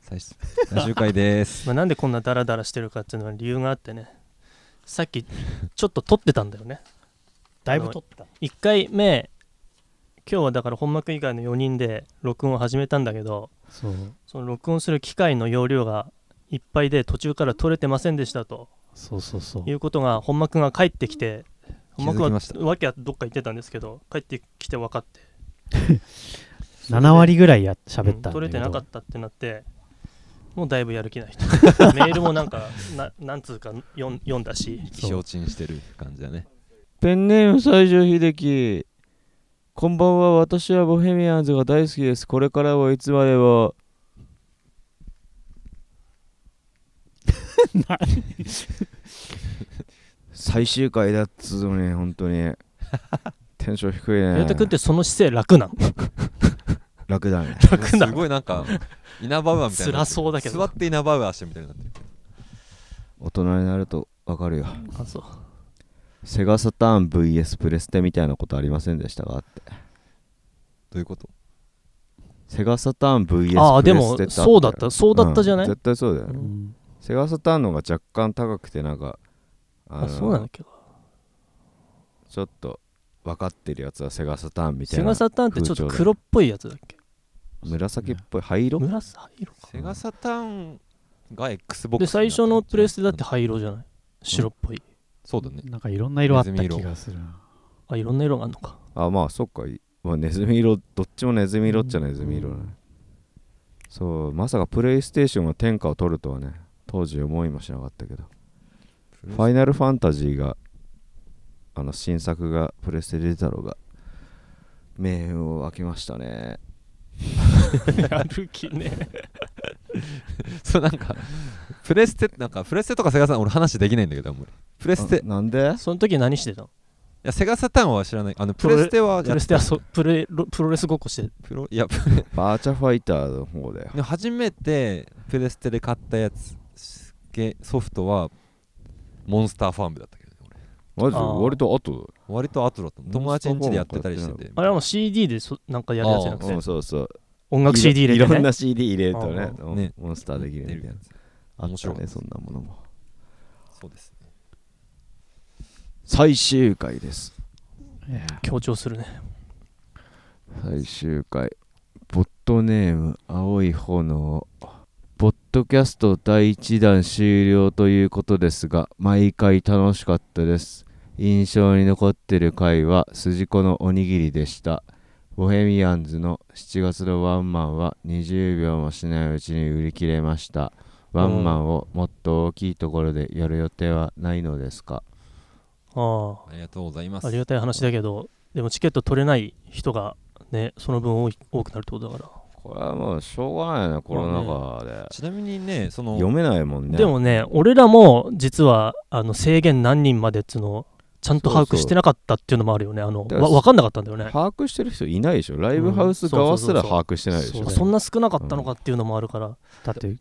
Speaker 1: 最終最終回です
Speaker 4: まあ、なんでこんなダラダラしてるかっていうのは理由があってねさっきちょっと撮ってたんだよね
Speaker 3: だいぶ取った
Speaker 4: 1回目今日はだから本幕以外の4人で録音を始めたんだけど
Speaker 3: そう
Speaker 4: その録音する機械の容量がいっぱいで途中から撮れてませんでしたと
Speaker 3: そうそうそう
Speaker 4: いうことが本幕が帰ってきて
Speaker 1: 気
Speaker 4: 本
Speaker 1: づ
Speaker 4: 幕
Speaker 1: き
Speaker 4: は
Speaker 1: ました
Speaker 4: わけはどっか行ってたんですけど帰ってきて分かって
Speaker 3: 7割ぐらいや喋ったんだけど、
Speaker 4: うん取れてなかったってなってもうだいぶやる気ない 人メールもなんかななんつうか読ん読んだし
Speaker 1: 気象沈してる感じだね
Speaker 6: ペンネーム西城秀樹こんばんは私はボヘミアンズが大好きですこれからはいつまで も
Speaker 2: 最終回だっつうのに本当にテンション低いね
Speaker 4: 平田君ってその姿勢楽なの
Speaker 2: 楽だね
Speaker 4: 楽な
Speaker 1: すごいなんか稲葉ウアーみたいにな
Speaker 4: 辛そうだけど
Speaker 1: 座って稲葉ウアーしてみたいになってる
Speaker 2: 大人になるとわかるよ
Speaker 4: あそう
Speaker 2: セガサターン VS プレステみたいなことありませんでしたかって
Speaker 1: どういうこと
Speaker 2: セガサターン VS プレステ
Speaker 4: ああで
Speaker 2: ってあ
Speaker 4: も
Speaker 2: ったよ
Speaker 4: そうだったそうだったじゃない、
Speaker 2: うん絶対そうだよね、
Speaker 3: うん
Speaker 2: セガサターンの方が若干高くてなんかあの
Speaker 4: あそうなんだっけ
Speaker 2: ちょっと分かってるやつはセガサターンみた
Speaker 4: セ
Speaker 2: いな
Speaker 4: ガサターンってちょっと黒っぽいやつだっけ
Speaker 2: 紫っぽい灰色
Speaker 4: 紫色か
Speaker 1: セガサターンが XBOX
Speaker 4: で最初のプレステだって
Speaker 1: うん
Speaker 4: 灰色じゃない白っぽい
Speaker 1: そうだね
Speaker 3: なんかいろんな色あった気がするな
Speaker 4: あいろんな色があるのか
Speaker 2: あまあそっか、いまあ、ネズミ色どっちもネズミ色っちゃネズミ色ね、そうまさかプレイステーションが天下を取るとはね当時思いもしなかったけど
Speaker 1: プレ
Speaker 2: フ
Speaker 1: ス
Speaker 2: ァイナルファンタジーがあの新作がプレステで出たのが命運を開けましたね
Speaker 4: やる気ね
Speaker 1: そうなんかプレステなんかプレステとかセガサターン俺話できないんだけどあんまりプレステい
Speaker 2: あなんで
Speaker 4: その時何してたの
Speaker 1: やセガサターンは知らないあの
Speaker 4: プ
Speaker 1: プ
Speaker 4: ロ
Speaker 1: レステはやっ
Speaker 4: プレステはそプレロプロレスごっこして
Speaker 1: プロいやプ
Speaker 2: バーチャファイターの方だよ
Speaker 1: でも初めてプレステで買ったやつすげソフトはモンスターファームだったけどね俺
Speaker 2: マジ
Speaker 4: あ
Speaker 2: で
Speaker 4: ー
Speaker 2: 割と後
Speaker 1: 割と後だった友達ん家でやってたりしてて
Speaker 4: あれはもう CD でそなんかやるやつじゃなく
Speaker 2: だよ、う
Speaker 4: て
Speaker 2: ん、そうそう
Speaker 4: 音楽 CD 入
Speaker 2: い
Speaker 4: れ
Speaker 2: ろ
Speaker 4: て
Speaker 2: ん
Speaker 4: ね
Speaker 2: な CD 入れるとね
Speaker 4: あ
Speaker 1: ーね
Speaker 2: モンスターできるみたいな
Speaker 1: やつ
Speaker 2: あっ
Speaker 1: 面
Speaker 2: た
Speaker 1: 白かっ
Speaker 2: ね
Speaker 1: た
Speaker 2: そんなものも
Speaker 1: そうですね
Speaker 2: 最終回です
Speaker 3: いや
Speaker 4: 強調するね
Speaker 2: 最終回ボットネーム青い炎ポッドキャスト第1弾終了ということですが毎回楽しかったです印象に残ってる回は筋子のおにぎりでしたボヘミアンズの7月のワンマンは20秒もしないうちに売り切れましたワンマンをもっと大きいところでやる予定はないのですか
Speaker 4: あ
Speaker 1: ありがとうございま
Speaker 4: あ
Speaker 1: す
Speaker 4: ありがたい話だけどでもチケット取れない人がねその分多い多くなるってことだから
Speaker 2: これはもうしょうがないなコロナ禍で、
Speaker 1: ちなみにねその
Speaker 2: 読めないもんね
Speaker 4: でもね、俺らも実はあの制限何人までっつうのをちゃんと把握してなかったっていうのもあるよね、あの
Speaker 2: だから
Speaker 4: わ分かんなかったんだよね。
Speaker 2: 把握してる人いないでしょライブハウス側すら
Speaker 4: うんそうそうそうそう
Speaker 2: 把握してないでしょ
Speaker 3: そうだよ
Speaker 4: そんな少なかったのかっていうのもあるから、
Speaker 3: だって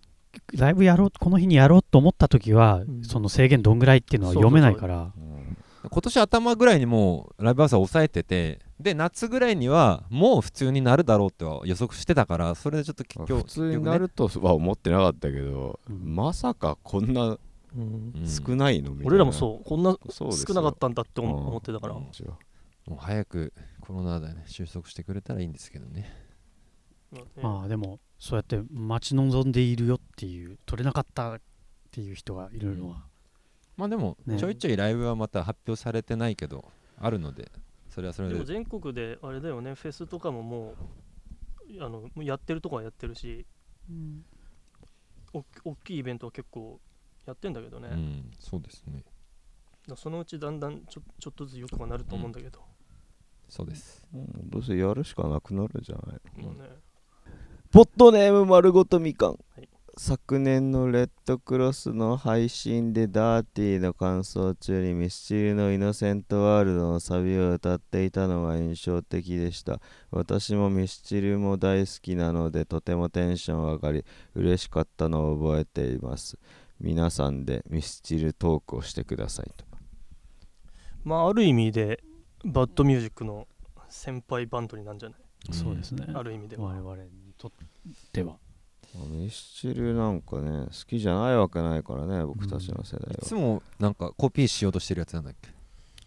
Speaker 3: ライブやろうこの日にやろうと思った時は、
Speaker 4: ん
Speaker 3: その制限どんぐらいっていうのは
Speaker 4: そうそう
Speaker 3: 読めないから
Speaker 2: うん
Speaker 1: 今年頭ぐらいにもうライブハウスは抑えててで夏ぐらいにはもう普通になるだろうっては予測してたからそれでちょっと結
Speaker 2: まあ
Speaker 1: 局
Speaker 2: 普通になるとは思ってなかったけど、
Speaker 3: うん
Speaker 2: まさかこんな
Speaker 4: うん
Speaker 1: 結局
Speaker 2: 少
Speaker 1: ね
Speaker 2: ないのみたいな、
Speaker 4: 俺らもそう、こんな
Speaker 2: そうですよ
Speaker 4: 少なかったんだって思
Speaker 2: うん
Speaker 4: 思ってたから、
Speaker 2: うん
Speaker 1: うんもう早くコロナでね収束してくれたらいいんですけどね
Speaker 3: まあでもそうやって待ち望んでいるよっていう取れなかったっていう人がいるのは、
Speaker 1: まあでも
Speaker 3: ね
Speaker 1: ちょいちょいライブはまた発表されてないけどあるのでそれはそれ
Speaker 4: でも
Speaker 1: で
Speaker 4: 全国であれだよね、フェスとかももうあのやってるとこはやってるし、お大きいイベントは結構やってんだけどね、
Speaker 1: う
Speaker 4: だか
Speaker 1: んそうですね
Speaker 4: らそのうちだんだんちょちょっとずつ良くはなると思うんだけど、
Speaker 1: そうです
Speaker 2: うんどうせやるしかなくなるじゃない
Speaker 1: うん
Speaker 4: もうね、
Speaker 2: ポットネーム丸ごとみかん、
Speaker 4: い
Speaker 2: 昨年のレッドクロスの配信でダーティーの感想中にミスチルの「イノセントワールド」のサビを歌っていたのが印象的でした私もミスチルも大好きなのでとてもテンション上がり嬉しかったのを覚えています皆さんでミスチルトークをしてくださいと
Speaker 4: まあある意味でバッドミュージックの先輩バンドになんじゃない、
Speaker 3: そうですね、
Speaker 4: ある意味では
Speaker 3: 我々にとっては
Speaker 2: ミスチルなんかね好きじゃないわけないからね僕たちの世代
Speaker 1: いつ
Speaker 2: は、
Speaker 1: もなんかコピーしようとしてるやつなんだっけ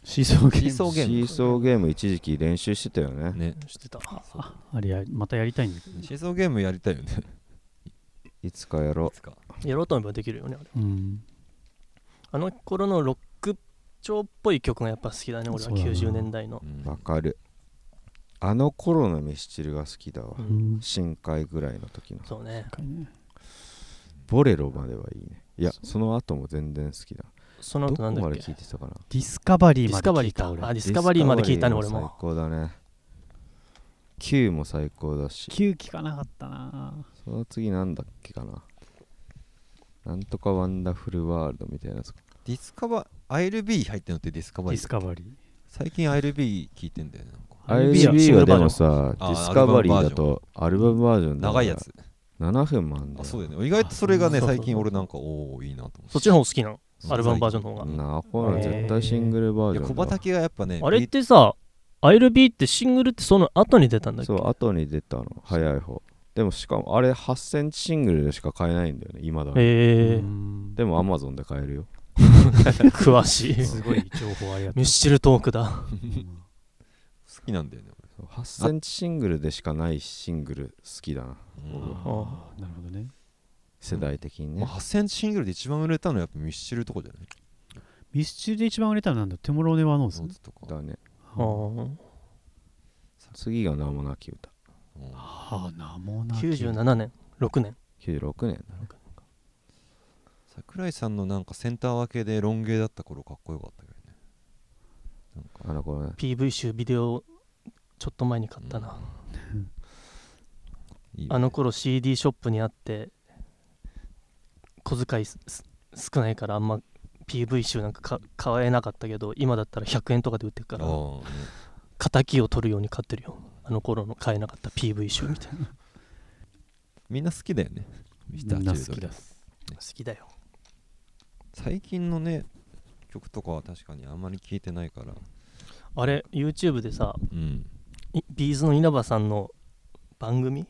Speaker 3: シーソーゲ
Speaker 1: シー
Speaker 3: ー
Speaker 1: ソー
Speaker 2: シ
Speaker 1: ゲー
Speaker 2: ーソーゲーム一時期練習してたよね
Speaker 1: ムね
Speaker 4: してた
Speaker 3: ムあれやまたやりたいんだけど、
Speaker 1: シーソーゲームやりたいよね
Speaker 2: いつかやろ
Speaker 1: いつか
Speaker 4: やろうと思えばできるよねあれ
Speaker 3: うん、
Speaker 4: あの頃のロック調っぽい曲がやっぱ好きだね俺は
Speaker 3: そうだな
Speaker 4: 90年代の
Speaker 1: うん
Speaker 2: う。わかる。あの頃のミスチルが好きだわ
Speaker 3: う
Speaker 4: う。
Speaker 3: ん
Speaker 2: 深海ぐらいの時の。
Speaker 4: そうね
Speaker 2: ボレロまではいいね。いや、その後も全然好きだ。
Speaker 4: その
Speaker 2: ど
Speaker 4: 後な
Speaker 2: こ
Speaker 4: んだ
Speaker 2: ま
Speaker 4: っ
Speaker 2: で
Speaker 4: け
Speaker 2: 聞いてたかな。
Speaker 3: ディスカバリ
Speaker 4: デ
Speaker 3: ー
Speaker 4: ィ
Speaker 3: ま
Speaker 4: ス
Speaker 3: で
Speaker 4: カバ
Speaker 3: 聞
Speaker 4: リ
Speaker 3: い
Speaker 4: ーか
Speaker 3: た俺
Speaker 4: あディスカバリーまで聞いたね俺
Speaker 2: ディス
Speaker 4: も
Speaker 2: カバリー最高だね。Q も最高だし。
Speaker 3: 9聞かなかったな
Speaker 2: その次なんだっけかな。なんとかワンダフルワールドみたいなやつか。
Speaker 1: ディスカバー ILB 入ってんのってディスカ
Speaker 3: デ
Speaker 1: バ
Speaker 3: ィ
Speaker 1: リ
Speaker 3: ス
Speaker 1: ー
Speaker 3: カバリー
Speaker 1: 最近 ILB 聞いてんだよねなんか
Speaker 3: ILB は
Speaker 2: ILB はでも
Speaker 4: シ
Speaker 2: さ、デ
Speaker 1: あ
Speaker 2: ィスカバリーだとアルバムバージョンだか
Speaker 1: 長
Speaker 2: ら
Speaker 1: いやつ
Speaker 2: 7分もあんだ
Speaker 1: あ
Speaker 2: よ
Speaker 1: そうだよね意外とそれがね
Speaker 4: そうそうそう
Speaker 1: 最近俺なんかおおいいなと思
Speaker 4: そっちの方好きなの
Speaker 1: そう
Speaker 4: アルバムバージョンの方が
Speaker 2: なあこれ絶対シングルバー
Speaker 1: ってい
Speaker 2: ジョ
Speaker 1: や
Speaker 2: ンだ
Speaker 1: 小
Speaker 2: わ
Speaker 1: 畑がやっぱね
Speaker 4: あれ
Speaker 1: ビ
Speaker 4: っ
Speaker 1: ー
Speaker 4: てさ ILB ってシングルってその後に出たんだっけ
Speaker 2: そう後に出たの早い方でもしかもあれ8センチシングルでしか買えないんだよね今だに
Speaker 4: え
Speaker 3: うん
Speaker 2: でもアマゾンで買えるよ
Speaker 4: ー、詳しい
Speaker 3: すごい情報ありがと
Speaker 4: ミッシルトークだ
Speaker 1: 好きなんだよね
Speaker 2: そう8センチシングルでしかないシングル好きだな
Speaker 1: 俺、うん
Speaker 4: あー
Speaker 3: うなるほどね
Speaker 2: 世代的に
Speaker 1: ま
Speaker 2: ね
Speaker 1: あ、8センチシングルで一番売れたのはやっぱミッシェルとかじゃない
Speaker 3: ミスチルで一番売れたのはなんだテモローネワノーズ
Speaker 1: ノーズとか、
Speaker 2: だね
Speaker 4: あー
Speaker 2: 次が名もなき歌
Speaker 1: うん
Speaker 3: はあ名もなき
Speaker 4: 97年6年
Speaker 2: 96年だね
Speaker 1: 桜井さんのなんかセンター分けでロン毛だった頃かっこよかったけどねなんか
Speaker 2: あの頃ね
Speaker 4: PV 集ビデオちょっと前に買ったな、
Speaker 1: いいよね
Speaker 4: あの頃 CD ショップにあって小遣いすす少ないからあんま PV 集なんかか買えなかったけど今だったら100円とかで売ってるから
Speaker 1: あ
Speaker 4: 敵を取るように買ってるよあの頃の買えなかった PV 集みたいな
Speaker 1: ーみんな好きだよねミスター
Speaker 3: みんな好き
Speaker 1: チルドレン
Speaker 3: です
Speaker 4: 好きだよ
Speaker 1: 最近のね曲とかは確かにあんまり聞いてないから
Speaker 4: あれ YouTube でさ
Speaker 1: うん
Speaker 4: いビーズの稲葉さんの番組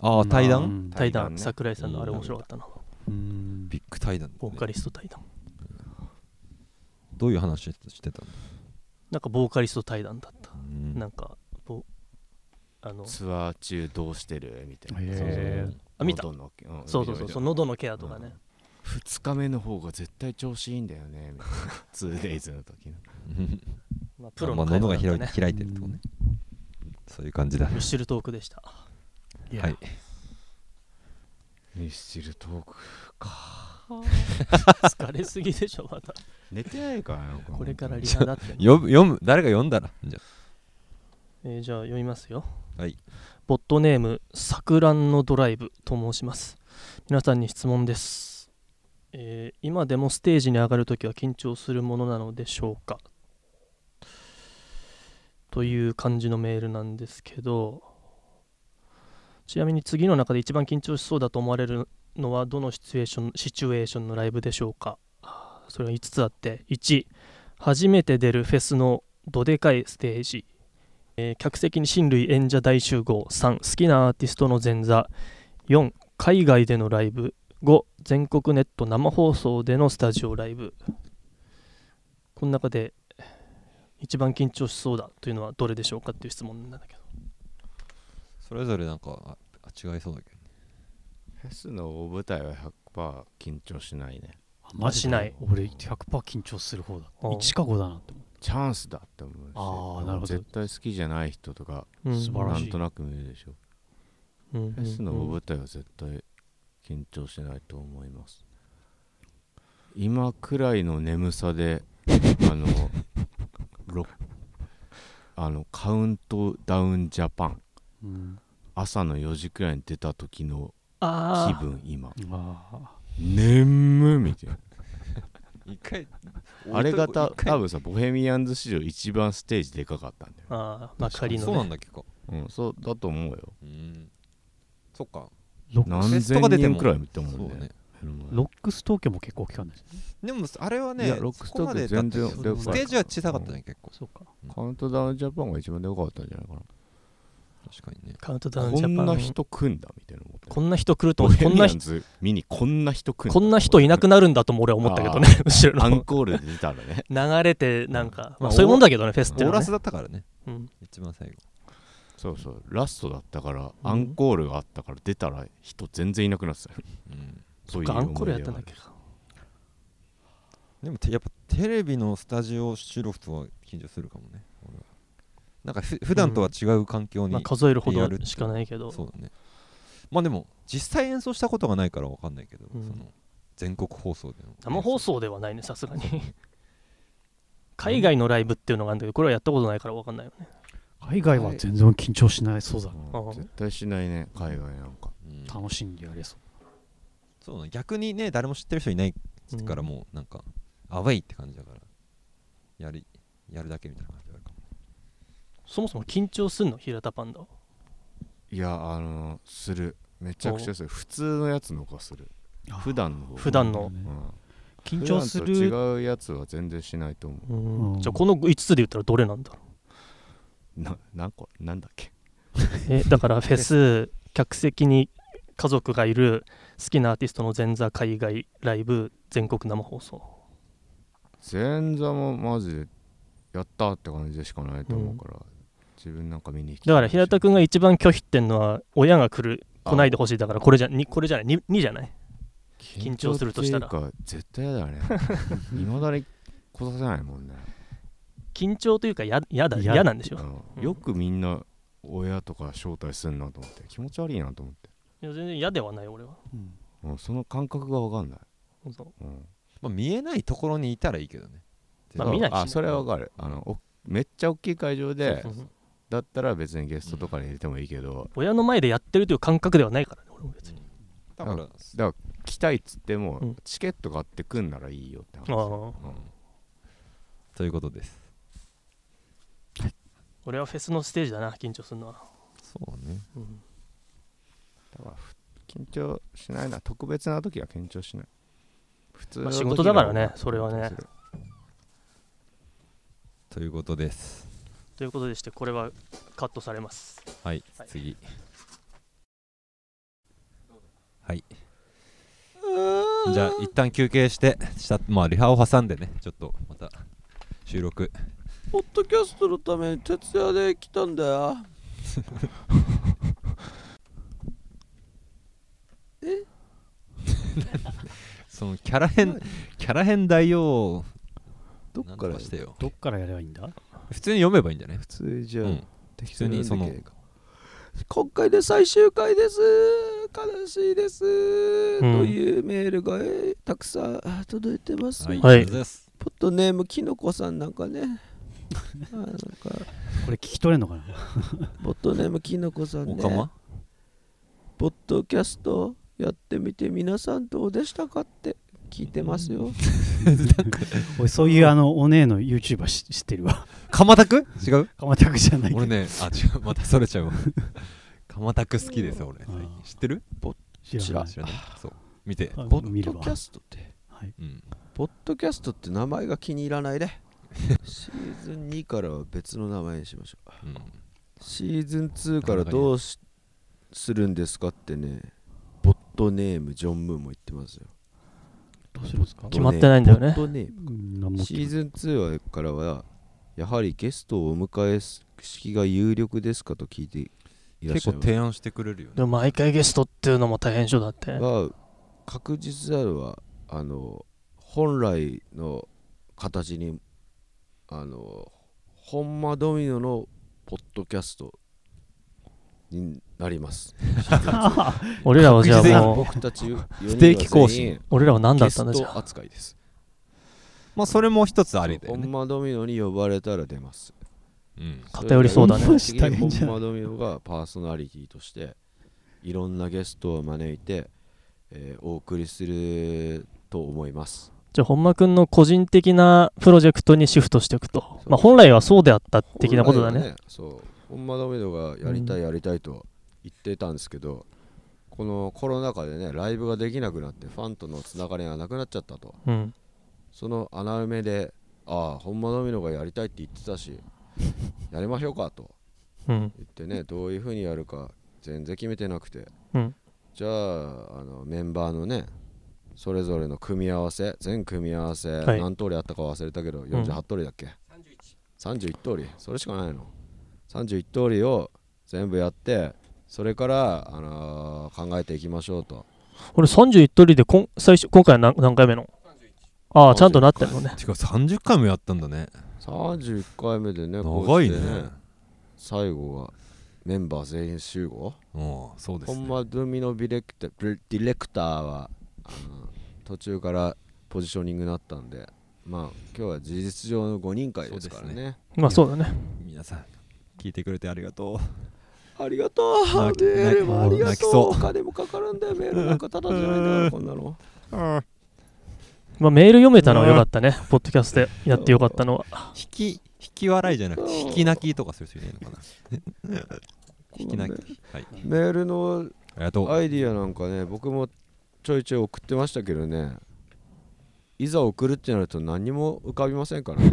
Speaker 1: ああ対談、
Speaker 3: うん
Speaker 2: 対
Speaker 4: 対
Speaker 2: 談
Speaker 4: 談
Speaker 2: ね
Speaker 4: 桜井さんのあれ
Speaker 1: うん
Speaker 4: 面白かったな
Speaker 3: うん
Speaker 1: ビッグ対談だね、
Speaker 4: ボーカリスト対談
Speaker 1: どういう話してたの
Speaker 4: なんかボーカリスト対談だった
Speaker 1: うん
Speaker 4: なんかボあの
Speaker 2: ツアー中どうしてるみたいな。
Speaker 3: へー
Speaker 4: あ見た
Speaker 2: 喉のん
Speaker 4: そうそうそうそう喉のケアとかね、
Speaker 2: 2日目の方が絶対調子いいんだよねみ たいな 2days の時の
Speaker 4: まあ、プロの
Speaker 1: まあ、喉が
Speaker 4: 会話
Speaker 1: 開
Speaker 4: ないんでね
Speaker 1: 開いてるってことねそういう感じだ
Speaker 4: ミッシュルトーク でした
Speaker 3: いや
Speaker 1: はい
Speaker 2: ミスチルトーク
Speaker 4: 疲れすぎでしょまた
Speaker 2: 寝てないかな
Speaker 4: これからリハだって、
Speaker 1: 読む読む誰が読んだらじゃ
Speaker 4: えーじゃあ読みますよ
Speaker 1: はい
Speaker 4: ボットネームさくらんのドライブと申します皆さんに質問です、えー今でもステージに上がるときは緊張するものなのでしょうかという感じのメールなんですけどちなみに次の中で一番緊張しそうだと思われるのはどのシチュエーションシチュエーションのライブでしょうかそれは5つあって1初めて出るフェスのどでかいステージえー客席に親類演者大集合3好きなアーティストの前座4海外でのライブ5全国ネット生放送でのスタジオライブこの中で一番緊張しそうだというのはどれでしょうかっていう質問なんだけど
Speaker 1: それぞれなんかあ違いそうだけど
Speaker 2: フェスの大舞台は100%緊張しないね
Speaker 3: あマジで
Speaker 4: しない
Speaker 3: 俺100%緊張する方だ
Speaker 4: あー
Speaker 3: シカゴだなって思
Speaker 2: チャンスだって思うし
Speaker 3: あーなるほど
Speaker 2: 絶対好きじゃない人とか
Speaker 4: うん
Speaker 3: 素晴
Speaker 2: な
Speaker 3: らしい
Speaker 2: んとなく見るでしょ
Speaker 4: うん
Speaker 2: フェスの
Speaker 4: うん
Speaker 2: 大舞台は絶対緊張しないと思います今くらいの眠さ であのロあのカウントダウンジャパン
Speaker 3: う、うん、
Speaker 2: 朝の4時くらいに出た時の気
Speaker 4: あー
Speaker 2: 分今
Speaker 3: あ
Speaker 2: 眠み たいな
Speaker 1: 一回
Speaker 2: あれがた
Speaker 1: 一回
Speaker 2: 多分さボヘミアンズ史上一番ステージでかかったんだよ、
Speaker 4: あーまあ仮
Speaker 1: そうな
Speaker 4: の、
Speaker 1: ん
Speaker 4: ね、
Speaker 1: だっけか
Speaker 2: うん、そうだと思うよ
Speaker 1: うんそっか
Speaker 3: ロック
Speaker 2: 何千人くらい見ても
Speaker 1: そ
Speaker 2: ん
Speaker 1: うね
Speaker 2: ね目の前
Speaker 3: ロックス東京も結構期間ですね
Speaker 1: でもあれはいね
Speaker 2: やロック
Speaker 1: そ
Speaker 2: ス
Speaker 1: こ
Speaker 2: ト
Speaker 1: ま
Speaker 2: ーク
Speaker 1: でだっ
Speaker 2: 全
Speaker 1: て
Speaker 2: 然
Speaker 1: ス
Speaker 2: でかい
Speaker 1: テージは小さかったね結構
Speaker 3: そうか
Speaker 2: カウントダウンジャパンが一番でかかったんじゃないかな
Speaker 1: 確かにね
Speaker 4: カウントダウンジ
Speaker 2: こ
Speaker 4: ャパ
Speaker 2: ん
Speaker 4: ン
Speaker 2: な人組んだみたいな思って
Speaker 4: こんな人来ると
Speaker 2: ボ
Speaker 4: 思う
Speaker 2: ヘ
Speaker 4: こん
Speaker 2: ミ
Speaker 4: な
Speaker 2: アン
Speaker 4: 人
Speaker 2: ズ見にこんな人組んだ
Speaker 4: こんな人いなくなるんだとも俺は思ったけどね 後ろ
Speaker 2: アン
Speaker 4: の
Speaker 2: コールで出たらね
Speaker 4: 流れてなんか、
Speaker 1: ま
Speaker 4: ま
Speaker 1: あ
Speaker 4: あ、そういうもんだけどねフェスっ
Speaker 1: オ
Speaker 4: て
Speaker 1: ー
Speaker 4: のは
Speaker 1: ラ
Speaker 4: ね
Speaker 1: スだったからね
Speaker 4: うん
Speaker 1: 一番最後
Speaker 2: そうそうラストだったから
Speaker 4: うん
Speaker 2: アンコールがあったから出たら人全然いなくなってたよ
Speaker 1: うん
Speaker 2: そういう
Speaker 4: アンコールやっ
Speaker 2: 思
Speaker 4: たんだ
Speaker 2: い
Speaker 4: っ
Speaker 2: 出
Speaker 4: けか
Speaker 1: でもてやっぱテレビのスタジオ収録とは緊張するかもね俺はなんかふ普段とは違う環境に、
Speaker 4: まあ、数えるほどしかないけど
Speaker 1: そうだねまあでも実際演奏したことがないからわかんないけど、
Speaker 4: うん
Speaker 1: その全国放送での
Speaker 4: 生放送ではないねさすがに海外のライブっていうのがあるんだけどこれはやったことないから分かんないよね
Speaker 3: 海外は全然緊張しないそうだ、
Speaker 2: ある
Speaker 4: あ
Speaker 2: うん
Speaker 4: あ
Speaker 2: 絶対しないね海外なんか
Speaker 1: うん
Speaker 3: 楽しんでやれそう
Speaker 1: そうだね逆にね誰も知ってる人いないから
Speaker 4: うん
Speaker 1: もうなんか、アウェイって感じだからやりやるだけみたいな感じがあるかも
Speaker 4: そもそも緊張すんの平田パンダはい
Speaker 2: やあのするめちゃくちゃする普通のやつの方がする
Speaker 3: あー
Speaker 2: 普段の方が
Speaker 4: 普段の
Speaker 2: うん
Speaker 3: 緊張す
Speaker 2: 普
Speaker 3: る
Speaker 2: 段と違うやつは全然しないと思
Speaker 3: うん
Speaker 4: じゃあこの5つで言ったらどれなんだろ
Speaker 2: うな何個なんだっけ
Speaker 4: うえだからフェス客席に家族がいる好きなアーティストの前座海外ライブ全国生放送
Speaker 2: 前座もマジでやったって感じでしかないと思うから、自分なんか見に行き
Speaker 4: だから平田君
Speaker 2: が
Speaker 4: が一番拒否ってんのは親が来る来ないでほしいだからこれじゃにこれじゃない 2, じゃない緊張するとしたら
Speaker 2: 緊張っていうか絶対嫌だね いまだに来させないもんね、
Speaker 4: 緊張というかややだ
Speaker 3: 嫌
Speaker 4: 嫌なんでし
Speaker 2: う
Speaker 4: ょ
Speaker 2: ん、よくみんな親とか招待すんなと思って気持ち悪いなと思って、
Speaker 4: いや全然嫌ではない俺は
Speaker 3: うん
Speaker 2: うん、その感覚が分かんない、
Speaker 4: そう
Speaker 2: うん
Speaker 1: まあ、見えないところにいたらいいけどね
Speaker 4: まあ見ないしね
Speaker 2: あそれは分かるあのおめっちゃ大きい会場で
Speaker 4: うん
Speaker 2: だったら別にゲストとかに入れてもいいけど、
Speaker 4: 親の前でやってるという感覚ではないからね俺も別に、
Speaker 1: だから、
Speaker 2: だ来たいっつっても、
Speaker 4: うん
Speaker 2: チケット買ってくんならいいよって話
Speaker 4: ああ
Speaker 1: ということです
Speaker 4: 俺はフェスのステージだな緊張するのは、
Speaker 1: そうね
Speaker 4: うん
Speaker 2: だからふ緊張しないな特別な時は緊張しない普通の
Speaker 4: まあ
Speaker 2: 時
Speaker 4: 仕事だからねそれはね
Speaker 2: 緊張する
Speaker 1: ということです
Speaker 4: ということでしてこれはカットされます
Speaker 1: はい、
Speaker 4: はい
Speaker 1: 次はいじゃあ一旦休憩してしたまあリハを挟んでねちょっとまた収録
Speaker 7: ポッドキャストのために徹夜で来たんだよ。
Speaker 1: そのキャラ変キャラ変大王
Speaker 6: ど
Speaker 1: な
Speaker 6: っ
Speaker 1: ん
Speaker 6: か
Speaker 1: と
Speaker 6: ら
Speaker 1: かしてよ
Speaker 3: どっからやればいいんだ
Speaker 1: 普通に読めばいいんじゃない
Speaker 6: 普通じゃ、
Speaker 1: うん
Speaker 6: 適
Speaker 1: 通にその
Speaker 6: 当に読んでいけばいいか今回で最終回です悲しいです、
Speaker 4: ん
Speaker 6: というメールが、えーたくさん届いてます、
Speaker 1: はい、
Speaker 4: はい
Speaker 1: ありがとうござます
Speaker 6: ポットネームきのこさんなんかねあなんか
Speaker 3: これ聞き取れんのかな
Speaker 6: ポットネームきのこさんね
Speaker 1: おかま
Speaker 6: ポッドキャストやってみて皆さんどうでしたかって聞いてますよ
Speaker 3: 俺そういうあのお姉の YouTuber し知ってるわ
Speaker 1: 鎌田く違う
Speaker 3: かまたくじゃないけど
Speaker 1: 俺ねあ違うまたそれちゃうわ鎌田く好きです俺最近知ってる
Speaker 3: 知らない
Speaker 1: 知らないそう見て
Speaker 3: あ
Speaker 6: ポッ
Speaker 3: 見れ
Speaker 6: ド
Speaker 3: ば
Speaker 6: キャストって
Speaker 3: はい
Speaker 1: うん
Speaker 6: ポッドキャストって名前が気に入らないねシーズン2からは別の名前にしましょう
Speaker 1: うん
Speaker 6: シーズン2からどうしするんですかってねボットネームジョンムーも言ってますよ
Speaker 3: どうするんですか
Speaker 4: 決まってないんだよ
Speaker 6: ボ
Speaker 4: ね
Speaker 6: ットネーム
Speaker 3: うん何も
Speaker 6: シーズン2からはやはりゲストをお迎え式が有力ですかと聞いていらっし
Speaker 1: 結構
Speaker 6: ゃいます
Speaker 1: 提案してくれるよね
Speaker 4: でも毎回ゲストっていうのも大変そうだって
Speaker 6: が確実なのはあの本来の形にあの本間ドミノのポッドキャストになります
Speaker 4: 俺らはじゃあ
Speaker 1: 確実
Speaker 4: もう
Speaker 6: 僕たち4人は全員
Speaker 1: 不定期更新
Speaker 4: 俺らは何だ
Speaker 6: ゲ
Speaker 4: ったんだ
Speaker 6: ス
Speaker 4: じゃあ
Speaker 6: ト扱いです
Speaker 1: まあそれも一つありだよ
Speaker 6: 本
Speaker 1: ね
Speaker 6: 間ドミノに呼ばれたら出ます
Speaker 1: うん
Speaker 4: 偏りそうだね
Speaker 6: それが本間ドミノがパーソナリティとしていろんなゲストを招いて、えーお送りすると思います
Speaker 4: じゃあ本間くんの個人的なプロジェクトにシフトしていくと
Speaker 6: そう
Speaker 4: まあ本来はそうであった的なことだ
Speaker 6: 本来
Speaker 4: ね
Speaker 6: はそう本間ドミノがやりたいやりたいと言ってたんですけど、このコロナ禍でねライブができなくなってファンとのつながりがなくなっちゃったと
Speaker 4: うん
Speaker 6: その穴埋めでああ本間ドミノがやりたいって言ってたしやりましょうかと
Speaker 4: うん
Speaker 6: 言ってねどういうふうにやるか全然決めてなくて、
Speaker 4: うん
Speaker 6: じゃああのメンバーのねそれぞれの組み合わせ全組み合わせ、
Speaker 4: はい
Speaker 6: 何通りあったか忘れたけど48通りだっけ、31通りそれしかないの31通りを全部やってそれから、あのー考えていきましょうと
Speaker 4: 俺31通りでこん最初今回は何何回目のああちゃんとなってるのね
Speaker 1: てか30回もやったんだね
Speaker 6: 31回目でねこ
Speaker 1: 長
Speaker 6: う
Speaker 1: い
Speaker 6: して
Speaker 1: ね
Speaker 6: 最後はメンバー全員集合
Speaker 1: うんそうです
Speaker 6: 本
Speaker 1: ね
Speaker 6: 間ドミノディレクターブディレクターはあの途中からポジショニングになったんでまあ今日は事実上の5人会ですから
Speaker 1: そう
Speaker 6: ね
Speaker 1: で
Speaker 4: まあそうだね
Speaker 1: 皆さん聞いてくれてありがとう
Speaker 6: ありがとう
Speaker 1: 泣き
Speaker 6: メールもありが
Speaker 1: 泣き
Speaker 6: とう
Speaker 1: そう
Speaker 6: お金もかかるんだよメールなんかただじゃないんだからこんなの
Speaker 4: まあメール読めたのは良かったねポッドキャストでやって良かったのは
Speaker 1: 引き引き笑いじゃなくて引き泣きとかする人いないのかな引き泣きはいあ
Speaker 6: メールの
Speaker 1: りがとう
Speaker 6: アイディアなんかね僕もちょいちょい送ってましたけどねいざ送るってなると何も浮かびませんから ね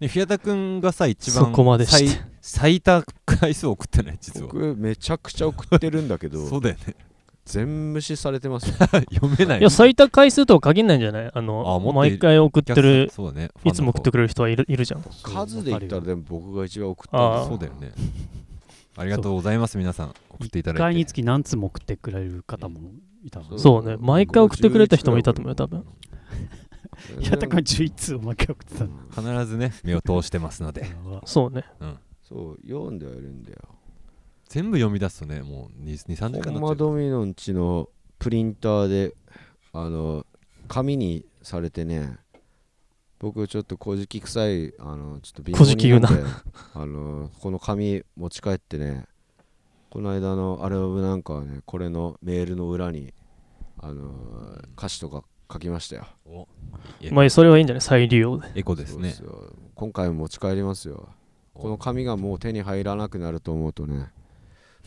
Speaker 1: ね、平田君がさ一
Speaker 4: そ
Speaker 1: 番
Speaker 4: こまでして
Speaker 1: 最最多回数送ってない実は
Speaker 6: 僕めちゃくちゃ送ってるんだ け
Speaker 1: そ
Speaker 6: ど
Speaker 1: うだよね
Speaker 6: 全無視され てますよ
Speaker 1: 読めない
Speaker 4: いや最多回数とは限んないんじゃないあ
Speaker 1: あ
Speaker 4: の
Speaker 1: もっと
Speaker 4: 毎回送ってる
Speaker 1: そうだね
Speaker 4: いつも送って
Speaker 1: く
Speaker 4: くれる人はいるいるじゃん
Speaker 6: 数で言ったらでも僕が一番送って
Speaker 4: あ
Speaker 6: ま
Speaker 4: ー
Speaker 6: す
Speaker 1: そうだよねありがとうございます皆さん送っていた
Speaker 3: 1
Speaker 1: だ
Speaker 3: 回
Speaker 1: い
Speaker 3: に
Speaker 1: て
Speaker 3: つき何通も送ってくれる方もいたの
Speaker 6: そう
Speaker 4: そうね毎回送ってくれた人もいたと思うよ多分
Speaker 3: 平田君は11通おまけ送ってたの
Speaker 1: 必ずね目を通してますの で
Speaker 4: そうね
Speaker 6: そう読んではいるんだよ
Speaker 1: 全部読み出すとねもう23時間に
Speaker 6: 本
Speaker 1: な
Speaker 6: 間
Speaker 1: っちゃう
Speaker 6: ドミノんちのプリンターであの紙にされてね僕ちょっと小じき臭いあのちょっと貧
Speaker 4: 小じき言うな
Speaker 6: 乏人んで あのこの紙持ち帰ってねこの間のアルバムなんかはねこれのメールの裏にあの歌詞とか書きましたよ
Speaker 1: おえ
Speaker 4: まあそれはいいんじゃない再利用で
Speaker 1: エコです
Speaker 6: そうで
Speaker 1: ね
Speaker 6: すよ今回も持ち帰りますよこの紙がもう手に入らなくなると思うとね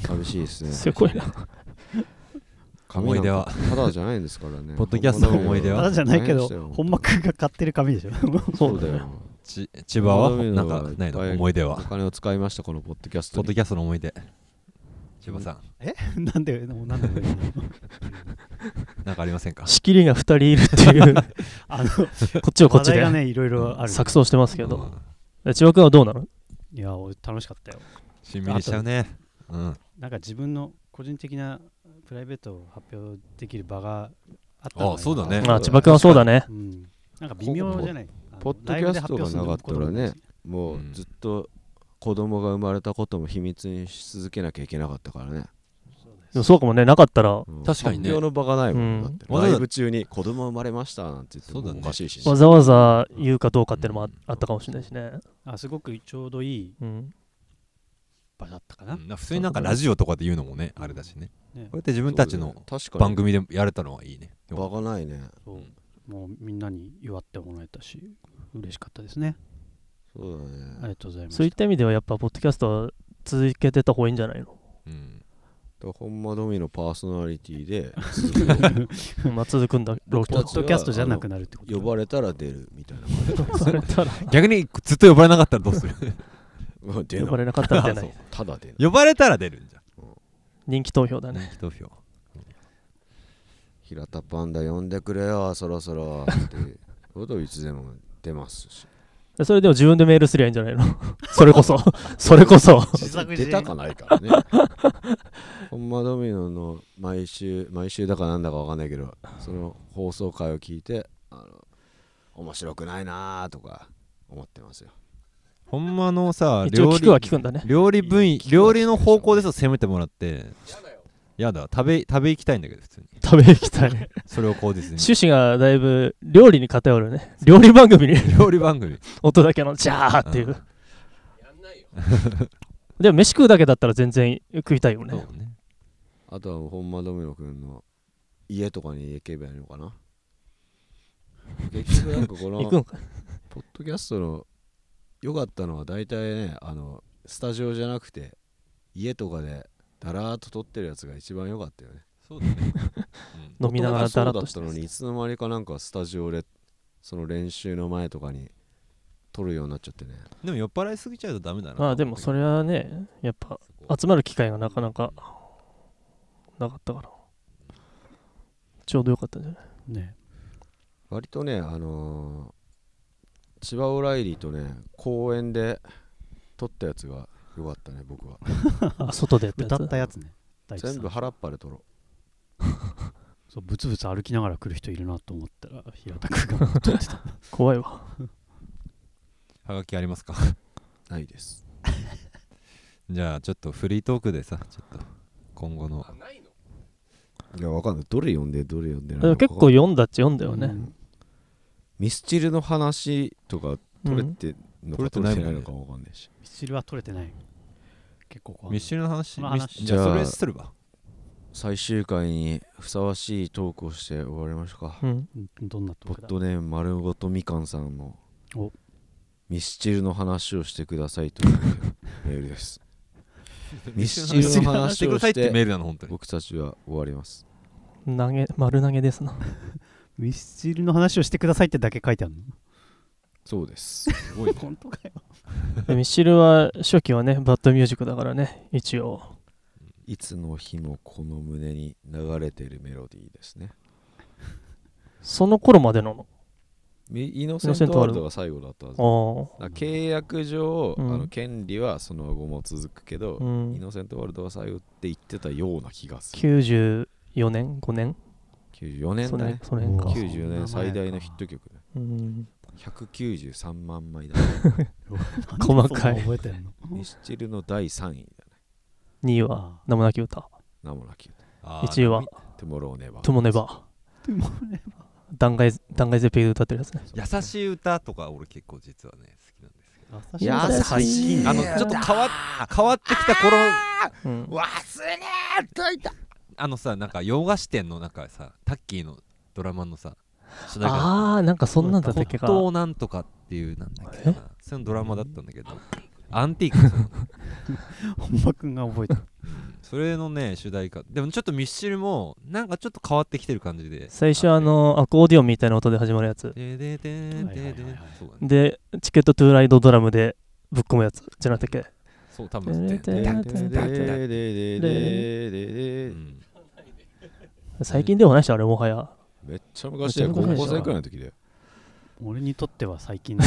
Speaker 6: 寂しいです ね
Speaker 4: すごいな
Speaker 6: 紙なん
Speaker 1: 思い
Speaker 6: か
Speaker 1: 出は
Speaker 6: ただじゃないんですからね
Speaker 1: ポッドキャストの思い出
Speaker 3: た
Speaker 1: は
Speaker 3: だじゃないけど本
Speaker 6: 本
Speaker 3: 間
Speaker 6: 間
Speaker 3: くんが買ってる紙でしょ
Speaker 6: そうだよ
Speaker 1: ち千葉は
Speaker 6: 本間ドミ
Speaker 1: なんかないの
Speaker 6: ノはいっぱい
Speaker 1: 思い出
Speaker 6: お
Speaker 1: は
Speaker 6: 金を使いましたこのポッドキャス
Speaker 1: ポ
Speaker 6: ト
Speaker 1: ッド
Speaker 6: に
Speaker 1: キャストの思い出千葉さん
Speaker 3: なんでもうなんでもいいの
Speaker 1: なんかありませんか
Speaker 4: 仕切りが2人いるって いうこ
Speaker 3: あの
Speaker 4: っちはこっ
Speaker 3: 話
Speaker 4: ち
Speaker 3: 題
Speaker 4: で
Speaker 3: が ねいろいろある
Speaker 4: 錯綜してますけ
Speaker 1: う
Speaker 4: ど
Speaker 1: ん
Speaker 4: 千葉君はどうなの
Speaker 3: いや俺楽しかったよ
Speaker 1: しんみりしちゃうねうん
Speaker 3: なんか自分の個人的なプライベートを発表できる場があったのが
Speaker 1: ああそうだね
Speaker 4: まあ千葉君はそうだね
Speaker 3: うんなんか微妙じゃないあの
Speaker 2: ポッドキャストがなかったら
Speaker 3: ライブで発表することもない
Speaker 2: ね
Speaker 3: し
Speaker 2: もうずっと子供が生まれたことも秘密にし続けなきゃいけなかったからね、
Speaker 4: でもそうかもねなかったらわ
Speaker 2: うん
Speaker 1: 確かにね
Speaker 2: 発表の場がないもん、
Speaker 4: うん
Speaker 2: だって
Speaker 1: わざわざ
Speaker 2: ライブ中に子供生まれましたなんて言って
Speaker 1: そうだね
Speaker 2: もおかしいし、
Speaker 4: ざわざ言うかどうかっていうのもああったかもしれないしね、
Speaker 3: あすごくちょうどいい
Speaker 4: うん、
Speaker 3: 場だったか
Speaker 1: う、
Speaker 3: なん
Speaker 1: 普通になんかラジオとかで言うのもねあれだしね
Speaker 3: ね
Speaker 1: こうやって自分たちの
Speaker 2: 確か
Speaker 1: 番
Speaker 2: に
Speaker 1: 組でやれたのはいいねで
Speaker 2: 場
Speaker 1: も
Speaker 2: がないね
Speaker 3: そうもうみんなに祝ってもらえたし嬉しかったですね
Speaker 2: そうだね
Speaker 3: ありがとうございま
Speaker 4: そうい
Speaker 3: し
Speaker 4: ったた意味ではやっぱポッドキャストは続けてた方がいいんじゃないの
Speaker 1: うん
Speaker 2: だから本間ドミのパーソナリティで
Speaker 4: まあ続くんだろうけ
Speaker 3: ポ
Speaker 4: ど
Speaker 3: ッドキャストじゃなくなるってこと
Speaker 2: 呼ばれたら出るみたいな
Speaker 4: それたら
Speaker 1: 逆にずっと呼ばれなかったらどうする
Speaker 2: まあ出
Speaker 4: 呼ば
Speaker 2: ない
Speaker 4: れなかったら出ない
Speaker 2: ただ出ない
Speaker 1: 呼ばれたら出るんじゃ
Speaker 4: 人気投票だ
Speaker 1: ん
Speaker 4: ね
Speaker 1: 人気投票
Speaker 2: 平田パンダ呼んでくれよそろそろってこといつでも出ますし
Speaker 4: でそれでも自分でメールすりゃいいんじゃないのそれこそそれこそ
Speaker 2: 出たかないからね本間ドミノの毎週毎週だかなんだかわかんないけどその放送回を聞いてあの面白くないなーとか思ってますよ
Speaker 1: ほんまのさ
Speaker 4: 一応
Speaker 1: 料
Speaker 4: 聞くは
Speaker 1: 理
Speaker 4: 聞くんだね
Speaker 1: 料理分野
Speaker 2: 聞くは聞く
Speaker 1: 料理の方向でさ攻めてもらってやだ食べ食べ行きたいんだけど普通に
Speaker 4: 食べ行きたい趣
Speaker 1: それを口実に
Speaker 4: 旨がだいぶ料理に偏るね料理番組に
Speaker 1: 料理番組
Speaker 4: 音だけのジャーっていう
Speaker 1: うん
Speaker 4: でも飯食うだけだったら全然食いたいよ
Speaker 1: そう
Speaker 4: ね
Speaker 1: ね
Speaker 2: あとはもう本間ドミノ君の家とかに行けばいいのか な結局なんかこの
Speaker 4: 行くんか
Speaker 2: ポッドキャストの良かったのは大体ねあのスタジオじゃなくて家とかでだらーっと撮ってるやつが一番良かったよね
Speaker 1: そうだね
Speaker 4: 飲みながらだらっ
Speaker 2: 元々が
Speaker 4: とし
Speaker 2: そ
Speaker 4: て
Speaker 2: うだったのにいつの間にかなんかスタジオでその練習の前とかに撮るようになっちゃってね
Speaker 1: でも酔っ払いすぎちゃうとダメだな
Speaker 4: まあでもそれはねやっぱ集まる機会がなかなかなかったからちょうどよかったんじゃない
Speaker 3: ね
Speaker 2: 割とねあのー千葉オライリーとね公園で撮ったやつが良かったね僕は
Speaker 4: あ外でやっ
Speaker 3: 歌
Speaker 4: たやつ
Speaker 3: ったやつね大地さん
Speaker 2: 全部腹っぱで撮ろう
Speaker 3: そうブツブツ歩きながら来る人いるなと思ったら平田君が撮ってた
Speaker 4: 怖いわ
Speaker 1: はがきありますか
Speaker 2: ないです
Speaker 1: じゃあちょっとフリートークでさちょっと今後の
Speaker 2: いやわかんないどれ読んでどれ読んでない
Speaker 4: でも
Speaker 2: のか
Speaker 4: 結構読んだっちゃ読んだよ
Speaker 3: う
Speaker 4: ね
Speaker 3: ん
Speaker 2: ミスチルの話とか
Speaker 4: う
Speaker 2: 取れ
Speaker 4: ん
Speaker 2: てんの
Speaker 1: うん
Speaker 2: か
Speaker 1: 取
Speaker 2: 取
Speaker 1: れ
Speaker 2: れ
Speaker 1: て
Speaker 2: て
Speaker 1: な
Speaker 2: な
Speaker 1: もんね
Speaker 2: いいのかわかんないし
Speaker 3: ミスチルは撮れてない結構怖い
Speaker 1: ミッシュルの話
Speaker 3: その
Speaker 1: ミッ
Speaker 3: 話
Speaker 1: シュじゃあ
Speaker 2: じゃ
Speaker 1: そ
Speaker 2: あ
Speaker 1: れするわ
Speaker 2: 最終回にふさわしいトークをして終わりましょうか
Speaker 4: うん
Speaker 3: うんどんなと
Speaker 2: ポ
Speaker 3: こ
Speaker 2: ッ
Speaker 3: だ
Speaker 2: ドネーム丸ごとみかんさんの
Speaker 3: お
Speaker 2: ミスチルの話をしてくださいというメールですミスチルの話
Speaker 1: く
Speaker 2: を
Speaker 1: ださい
Speaker 2: し
Speaker 1: ってメ
Speaker 2: て
Speaker 1: ールなの本当に
Speaker 2: 僕たちは終わります
Speaker 4: 投げ丸投げですな
Speaker 3: ミスチルの話をしてくださいってだけ書いてある
Speaker 2: そうです
Speaker 1: すごい
Speaker 3: の
Speaker 1: ね
Speaker 3: 本当 かよ
Speaker 4: でミッシルは初期はねバッドミュージックだからね一応
Speaker 2: いつの日もこの胸に流れているメロディーですね
Speaker 4: その頃までなの
Speaker 2: イノ
Speaker 4: セ
Speaker 2: セ
Speaker 4: ン
Speaker 2: ン
Speaker 4: ト
Speaker 2: トワ
Speaker 4: ワ
Speaker 2: ー
Speaker 4: ール
Speaker 2: ル
Speaker 4: ド
Speaker 2: ドが最後だったはず
Speaker 4: あ
Speaker 2: だから契約上、
Speaker 4: うん
Speaker 2: あの権利はその後も続くけど、
Speaker 4: あうん
Speaker 2: イノセントワールドは最後って言ってたような気がする
Speaker 4: 94年5年
Speaker 2: 94年
Speaker 4: そ
Speaker 2: だ
Speaker 4: の
Speaker 2: ね
Speaker 4: その辺か、
Speaker 2: 94年最大のヒット曲だ
Speaker 4: うん、
Speaker 2: 193万枚だ、ね、
Speaker 4: 細かい
Speaker 3: なんでそんな覚えてんの
Speaker 2: ミスチルの第3位だね
Speaker 4: 2位は名もなき歌
Speaker 2: 名もなき
Speaker 1: あー
Speaker 4: 1位は
Speaker 2: トゥモローネバ
Speaker 4: 「ともねば」断崖断崖絶壁で歌ってるやつね
Speaker 1: 優しい歌とか俺結構実はね好きなんですけ
Speaker 3: 優しい
Speaker 2: 優しい
Speaker 1: どあのちょっと変わっ変わってきた頃
Speaker 4: うん
Speaker 1: あのさなんか洋菓子店の中さタッキーのドラマのさ主題歌
Speaker 4: ああなんかそんなんだったっけか
Speaker 1: 骨董なんとかっていうなんだっけなそのドラマだったんだけどアンティークそう
Speaker 3: 本間君が覚えてる
Speaker 1: それのね主題歌でもちょっとミッシルもなんかちょっと変わってきてる感じで
Speaker 4: 最初あのアコーディオンみたいな音で始まるやつ
Speaker 1: でででで
Speaker 3: はいはいは
Speaker 1: で
Speaker 3: いはい
Speaker 1: そうだね
Speaker 4: でチケットトゥーライドドラムでぶっ込むやつじゃなくてっ
Speaker 1: そう多
Speaker 4: け
Speaker 1: 分で
Speaker 4: でででで
Speaker 1: う
Speaker 2: ー
Speaker 1: ん
Speaker 4: 最近ではないしあれもはや
Speaker 2: めっちゃ昔だよ高校生くらいの時だよ
Speaker 3: 俺にとっては最近だ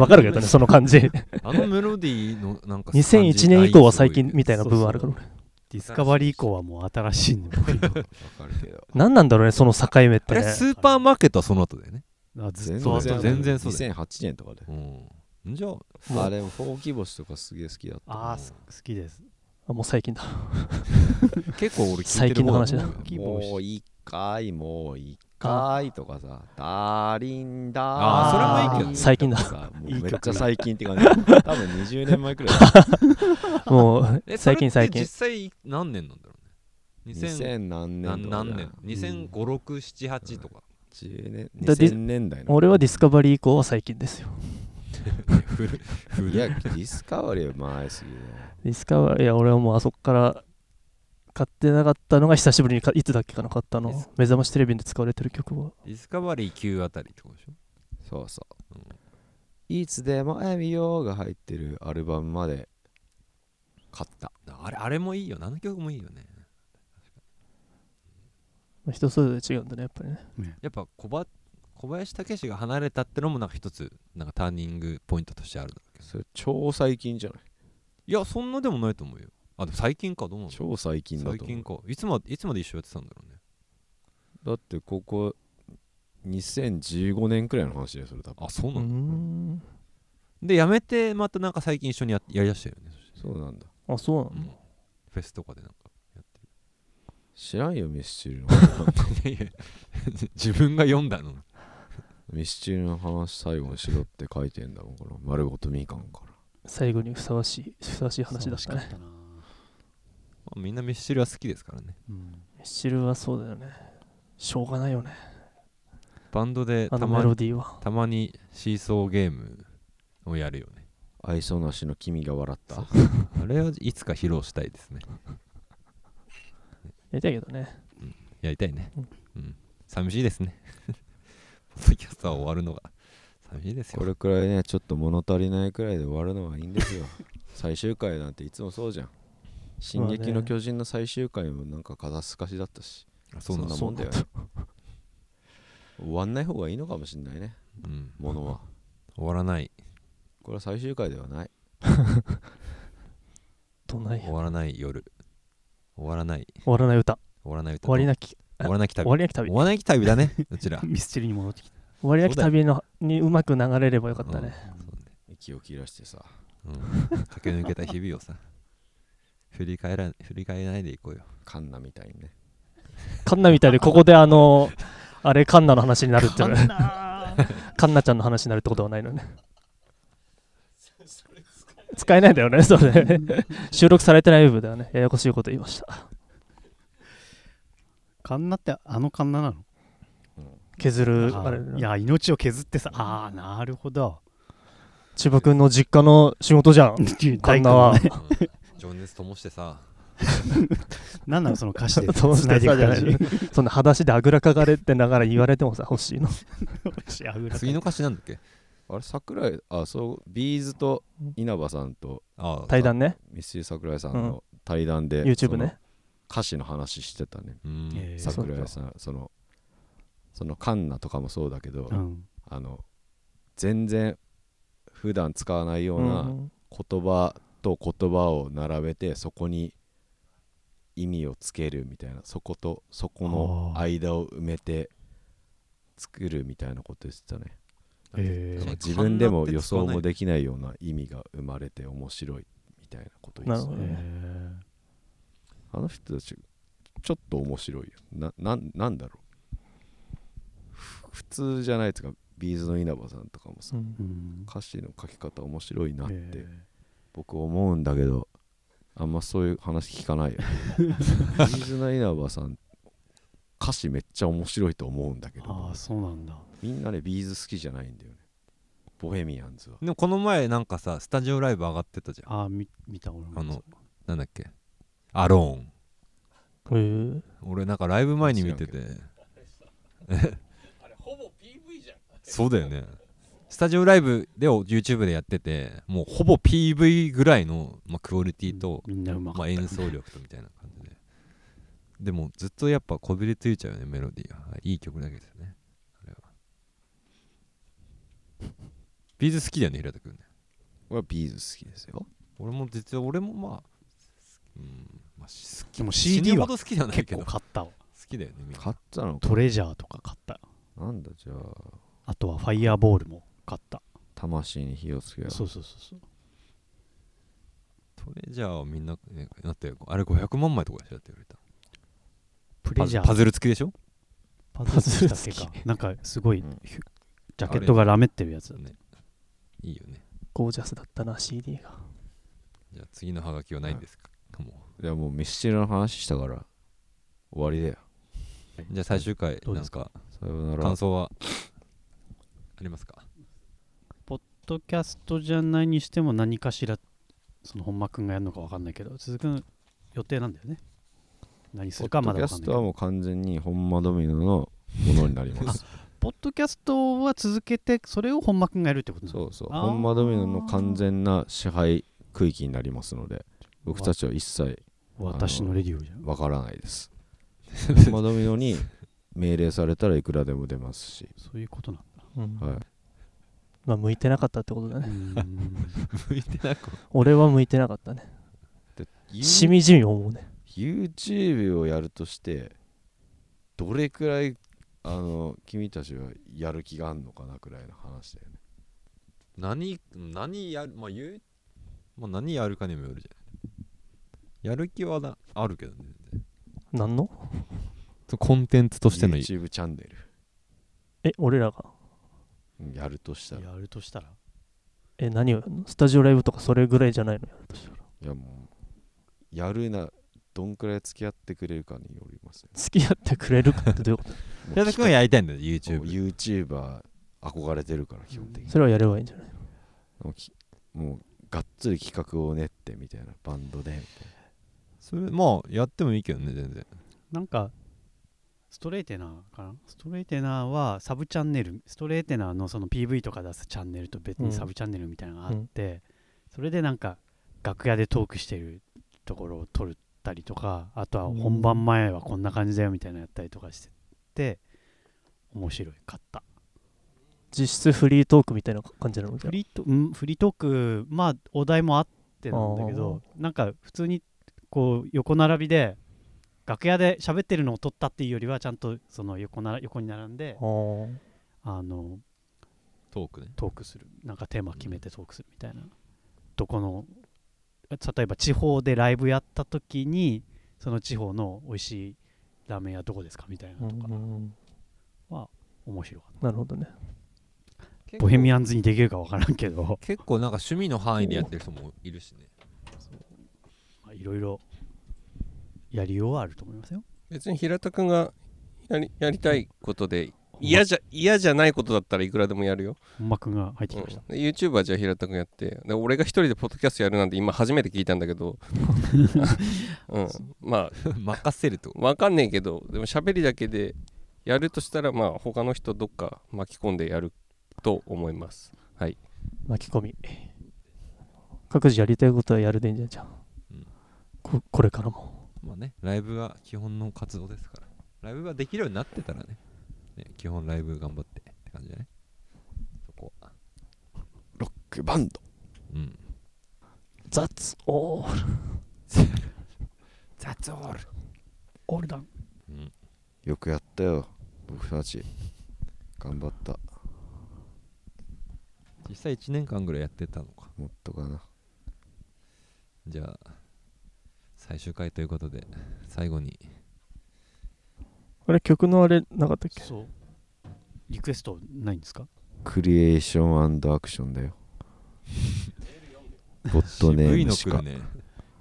Speaker 4: わかるけ どねその感じ
Speaker 1: あのメロディーのなんか感じ
Speaker 4: 2001年以降は最近みたいな部分あるから
Speaker 3: ディスカバリー以降はもう新しいの
Speaker 2: かるけど
Speaker 4: 何なんだろうねその境目っ
Speaker 1: あ
Speaker 4: て
Speaker 1: れ
Speaker 4: ね
Speaker 1: スーパーマーケットはその後だよね、
Speaker 3: あずっ
Speaker 2: 全
Speaker 3: と
Speaker 1: 然
Speaker 3: 後
Speaker 2: 然
Speaker 3: で
Speaker 1: 全然そうだ
Speaker 2: 2008年とかで
Speaker 1: うん、じゃあ
Speaker 4: もう
Speaker 2: あれも「ほうき星」とかすげえ好きだった
Speaker 3: ああす好きです
Speaker 4: あもう最近だ
Speaker 1: 結構俺聞い
Speaker 4: 最
Speaker 1: てる
Speaker 4: 近の
Speaker 1: 方
Speaker 4: 話だ
Speaker 1: と思うよ
Speaker 3: 大きい帽子
Speaker 2: もう一回もう一回とかさ「ダーリンダー
Speaker 1: あーそれもいいけどね
Speaker 4: 最近だ
Speaker 2: さもう
Speaker 3: いい
Speaker 2: めっ
Speaker 3: 曲
Speaker 2: ち
Speaker 3: だ
Speaker 2: ゃ最近って感じ多分20年前くらいだ よ
Speaker 4: もう
Speaker 1: えそれ
Speaker 4: 最
Speaker 1: っ
Speaker 4: 近
Speaker 1: て
Speaker 4: 最近
Speaker 1: 実際何年なんだろうね2000
Speaker 2: 2000何年とか
Speaker 1: 何年2 0 0 5 6 7 8とか
Speaker 2: 10年
Speaker 4: だって
Speaker 2: 2000年代の
Speaker 4: 俺はディスカバリー以降は最近ですよ
Speaker 2: いやディスカバリーは前すぎだよ
Speaker 4: ディスカバリーいや俺はもうあそこから買ってなかったのが久しぶりにかいつだっけかな買ったの目覚ましテレビで使われてる曲は
Speaker 1: ディスカバリー9あたりってことでしょ
Speaker 2: そうそう、いつでも歩みようが入ってるアルバムまで買った
Speaker 1: あれあれもいいよ何の曲もいいよね
Speaker 4: まあ人それぞれ違うんだねやっぱりね
Speaker 1: やっぱ小ば小林武史が離れたってのもなんか一つなんかターニングポイントとしてあるんだけど
Speaker 2: それ超最近じゃない
Speaker 1: いやそんなでもないと思うよあでも最近かどうなんだろ
Speaker 2: 超最
Speaker 1: う
Speaker 2: 近だ
Speaker 1: 最
Speaker 2: と思
Speaker 1: 近
Speaker 2: う
Speaker 1: かいつまいつまで一緒やってたんだろうね
Speaker 2: だってここ2015年くらいの話だよそれ多分
Speaker 1: あそう
Speaker 4: う
Speaker 1: な
Speaker 4: ー
Speaker 1: の、
Speaker 4: ん
Speaker 1: でやめてまたなんか最近一緒にややりだしたよねそして
Speaker 2: そうなんだ
Speaker 4: あそうなの、
Speaker 1: うんフェスとかで なんかやって
Speaker 2: 知らんよミスチルの
Speaker 1: るいやいや自分が読んだの
Speaker 2: ミスチルの話最後にしろって書いてんだもんこの丸ごとみかんか
Speaker 4: 最後にふさわしいふさわしい話だ
Speaker 3: 楽
Speaker 4: し
Speaker 3: したかっ
Speaker 4: ね
Speaker 3: たな、
Speaker 1: まあみんなミスチルは好きですからね
Speaker 3: うん、
Speaker 4: ミスチルはそうだよねしょうがないよね
Speaker 1: バンドで
Speaker 4: あ
Speaker 1: た
Speaker 4: の
Speaker 1: ま
Speaker 4: メ
Speaker 1: に
Speaker 4: ロディーは
Speaker 1: たまにシーソーゲームをやるよね
Speaker 2: ら愛想なしの君が笑った
Speaker 1: あれをいつか披露したいですね
Speaker 4: やりたいけどね
Speaker 1: やりたいね
Speaker 4: うん。
Speaker 1: うん。寂しいですね。 ポッドキャストは終わるのが寂しいですよ。
Speaker 2: これくらいねちょっと物足りないくらいで終わるのはいいん ですよ最終回なんていつもそうじゃん「進撃の巨人」の最終回もなんか肩透かしだったし
Speaker 1: あそ
Speaker 2: そ
Speaker 1: うんなん
Speaker 2: な
Speaker 1: だ。
Speaker 2: もんだよね終わんない方がいいのかもしんないね
Speaker 1: うん。
Speaker 2: ものは
Speaker 1: 終わらない。
Speaker 2: これは最終回ではない
Speaker 4: どない
Speaker 1: 終わらない夜。終わらない。
Speaker 4: 終わらない歌
Speaker 1: 終わらない歌と。
Speaker 4: 終わりなき
Speaker 1: 終わらなき
Speaker 4: 終
Speaker 1: 旅。
Speaker 4: わりなき旅
Speaker 1: 終わらなき旅だね。うちら。
Speaker 3: ミスチルに戻ってきた
Speaker 4: 終わりなき旅のにうまく流れればよかったね、
Speaker 2: 息を切らしてさ
Speaker 1: うん。駆け抜けた日々をさ。 振り返ら振り返らないでいこうよ。
Speaker 2: カンナみたいにね
Speaker 4: カンナみたいでここであのあれカンナの話になるっていうね
Speaker 3: な
Speaker 4: カンナちゃんの話になるってことはないのね使えないんだよねそれね収録されてない部分だよねややこしいこと言いました
Speaker 3: カンナってあのカンナなの
Speaker 4: 削る
Speaker 3: あ
Speaker 4: あれ
Speaker 3: ーいや命を削ってさああなるほど
Speaker 4: 千葉君の実家の仕事じゃんカンナは
Speaker 1: うん情熱ともしてさ。
Speaker 3: 何なのその歌詞で
Speaker 4: そう
Speaker 3: 繋いでいく感
Speaker 4: そうじゃ
Speaker 3: じ
Speaker 4: そんな裸足であぐらかがれてながら言われてもさ欲しいの
Speaker 3: いや裏から
Speaker 1: 次の歌詞なんだっけ
Speaker 2: あれ桜井あそうビーズと稲葉さんと
Speaker 1: ああ。
Speaker 4: 対談ね
Speaker 2: ミスチル桜井さんの対談で、
Speaker 4: YouTube ね
Speaker 2: その歌詞の話してたね
Speaker 1: うん。
Speaker 3: えー
Speaker 2: 桜井さんそのそのカンナとかもそうだけど、
Speaker 3: うん
Speaker 2: あの全然普段使わないよう
Speaker 4: う
Speaker 2: なん言葉と言葉を並べてそこに意味をつけるみたいなそことそこの
Speaker 3: あー
Speaker 2: 間を埋めて作るみたいなこと言ってたね
Speaker 3: え
Speaker 2: その
Speaker 3: ー
Speaker 2: 自分でも予想
Speaker 1: カンナって使わない
Speaker 2: もできないような意味が生まれて面白いみたいなこと言
Speaker 4: な
Speaker 2: っ
Speaker 4: る
Speaker 2: て
Speaker 4: ほ
Speaker 2: た
Speaker 4: ど
Speaker 2: ね
Speaker 4: ね
Speaker 3: えー
Speaker 2: あの人たちちょっと面白いよななんなんだろうふ普通じゃないですかビーズの稲葉さんとかもさ
Speaker 4: うん
Speaker 3: うん
Speaker 2: 歌詞の書き方面白いなっ
Speaker 3: え
Speaker 2: て
Speaker 3: ー
Speaker 2: 僕思うんだけどあんまそういう話聞か ないよ水の稲葉さん歌詞めっちゃ面白いと思うんだけ
Speaker 3: あ
Speaker 2: ど
Speaker 3: あそうなんだ
Speaker 2: みんなねビーズ好きじゃないんだよねボヘミアンズは
Speaker 1: でもこの前なんかさ、スタジオライブ上がってたじゃん。
Speaker 3: ああ見見た俺も
Speaker 1: あのなんだっけアローン
Speaker 4: へー
Speaker 1: 俺なんかライブ前に見てて そうだよねスタジオライブでを YouTube でやっててもうほぼ PV ぐらいの、まあ、クオリティと、
Speaker 3: みんなうまか
Speaker 1: ま
Speaker 3: っ
Speaker 1: あ、演奏力とみたいな感じででもずっとやっぱこびりついちゃうよねメロディーはいい曲だけどねあれはビーズ好きだよね平田君ね
Speaker 2: 俺はビーズ好きですよ
Speaker 1: 俺も実は俺もまあ、うんまあ、まあ、し好き
Speaker 3: でも
Speaker 1: 死
Speaker 3: CD
Speaker 1: ぬ
Speaker 3: は
Speaker 1: ほど好きじゃない
Speaker 3: 結
Speaker 1: けど
Speaker 3: 構
Speaker 1: 好
Speaker 3: 買ったわ
Speaker 1: きだよねみんな
Speaker 2: 買ったのか
Speaker 3: トレジャーとか買った
Speaker 2: なんだじゃあ
Speaker 3: あとはファイヤーボールも買った
Speaker 2: 魂に火をつけよう
Speaker 3: そうそうそうそう
Speaker 1: トレジャーはみんな、ね、だってあれ500万枚とかでしょだって言われた
Speaker 3: プレ
Speaker 1: パ
Speaker 3: ジ
Speaker 1: ズ
Speaker 3: ャー
Speaker 1: パズル付きでしょ
Speaker 3: パズルだけかなんかすごい、
Speaker 2: うん
Speaker 3: ひゅジャケットがラメってるやつだね
Speaker 1: いいよね
Speaker 4: ゴージャスだったな CD が
Speaker 1: じゃあ次のハガキはないんですか、も
Speaker 2: いやもうミスチルの話したから終わりだよ
Speaker 1: うじゃあ最終回
Speaker 3: どう
Speaker 1: なん
Speaker 3: です
Speaker 1: か
Speaker 2: さようなら
Speaker 1: 感想はありますか
Speaker 3: ポッドキャストじゃないにしても何かしらその本間くんがやるのかわかんないけど鈴くん予定なんだよね何す
Speaker 2: ポ
Speaker 3: るか
Speaker 2: ッ
Speaker 3: ま
Speaker 2: ド
Speaker 3: だ
Speaker 2: キャ
Speaker 3: わかん
Speaker 2: ス
Speaker 3: ない
Speaker 2: ト
Speaker 3: け
Speaker 2: は
Speaker 3: ど
Speaker 2: もう完全に本間ドミノのものになります
Speaker 3: ポッドキャストは続けてそれを本間くんがやるってことなの
Speaker 2: そうそう
Speaker 3: あー
Speaker 2: 本間ドミノの完全な支配区域になりますので僕たちは一切
Speaker 3: 私のレディオじゃん
Speaker 2: わからないです 本間ドミノに命令されたらいくらでも出ますし、
Speaker 3: そういうことなんだ
Speaker 4: うん
Speaker 2: はい、
Speaker 4: まあ向いてなかったってこ とだね
Speaker 3: うーん
Speaker 1: 向いてなく
Speaker 4: 俺は向いてなかったね
Speaker 2: ゆ
Speaker 4: しみじみ思うね
Speaker 2: YouTube をやるとしてどれくらいあの君たちはやる気があるのかなくらいの話だよね
Speaker 1: 何何やるまあ言う、まあ、何やるかにもよるじゃんやる気はなあるけどね全然
Speaker 4: 何の
Speaker 1: そうコンテンツとしての
Speaker 2: YouTube チャンネル
Speaker 4: え俺らが
Speaker 2: うんやるとしたら
Speaker 3: やるとしたら
Speaker 4: え何をやるのスタジオライブとかそれぐらいじゃないのやるとしたら
Speaker 2: いやもうやるなどんくらい付き合ってくれるかによりますね
Speaker 4: 付き合ってくれるかってどういうこと
Speaker 1: 平田君はやりたいんだよ YouTube
Speaker 2: YouTuber 憧れてるから基本的に、
Speaker 4: それはやればいいんじゃない
Speaker 2: もうきもうがっつり企画を練ってみたいなバンドでみたい
Speaker 1: それまあやってもいいけどね全然
Speaker 3: なんかストレーテナーかなストレーテナーはサブチャンネルストレーテナーのその PV とか出すチャンネルと別
Speaker 4: う
Speaker 3: に
Speaker 4: ん
Speaker 3: サブチャンネルみたいなのがあって、それでなんか楽屋でトークしてるところを撮ったりとかあとは
Speaker 4: うん
Speaker 3: 本番前はこんな感じだよみたいなのやったりとかしてて面白いかった
Speaker 4: 実質フリートークみたいな感じなのじゃ
Speaker 3: フ
Speaker 4: あ
Speaker 3: リートうんフリートークまあお題もあってなんだけどなんか普通にこう横並びで楽屋で喋ってるのを撮ったっていうよりはちゃんとその横なら横に並んで
Speaker 4: あー
Speaker 3: あの
Speaker 1: トークね
Speaker 3: トークするなんかテーマ決めてトークするみたいな、どこの例えば地方でライブやった時にその地方の美味しいラーメン屋どこですかみたいなとか、
Speaker 4: うんうん
Speaker 3: 面白かっ
Speaker 4: なるほどね
Speaker 3: たボヘミアンズにできるか分からんけど
Speaker 1: 結構なんか趣味の範囲でやってる人もいるしね
Speaker 3: まあいろいろやりようはあると思いますよ
Speaker 7: 別に平田君がやりやりたいことで嫌じゃ嫌じゃないことだったらいくらでもやるよ、
Speaker 3: 本間くんが入って
Speaker 7: うん
Speaker 3: きました、、
Speaker 7: で YouTube はじゃあ平田君やってで俺が一人でポッドキャストやるなんて今初めて聞いたんだけど、うん、まあ
Speaker 1: 任せると
Speaker 7: わかんねえけどでも喋りだけでやるとしたらまあ他の人どっか巻き込んでやると思います
Speaker 4: 巻き込み各自やりたいことはやるでいいんじゃんじゃあ、
Speaker 1: うん
Speaker 4: ここれからも
Speaker 1: まあねライブが基本の活動ですからライブができるようになってたらねね基本ライブ頑張ってって感じだねそこは
Speaker 2: ロックバンド
Speaker 1: うん
Speaker 4: 雑オール
Speaker 1: ザッツオール
Speaker 3: オールダン
Speaker 1: うん
Speaker 2: よくやったよ僕たち頑張った
Speaker 1: 実際1年間ぐらいやってたのか
Speaker 2: もっとかな
Speaker 1: じゃあ最終回ということで最後に
Speaker 4: あれ曲のあれなかったっけ
Speaker 3: そうリクエストないんですか
Speaker 2: クリエーションアクション だよボットネ
Speaker 1: 渋い
Speaker 2: ーム
Speaker 1: の
Speaker 2: し
Speaker 1: 来る
Speaker 2: か
Speaker 1: ね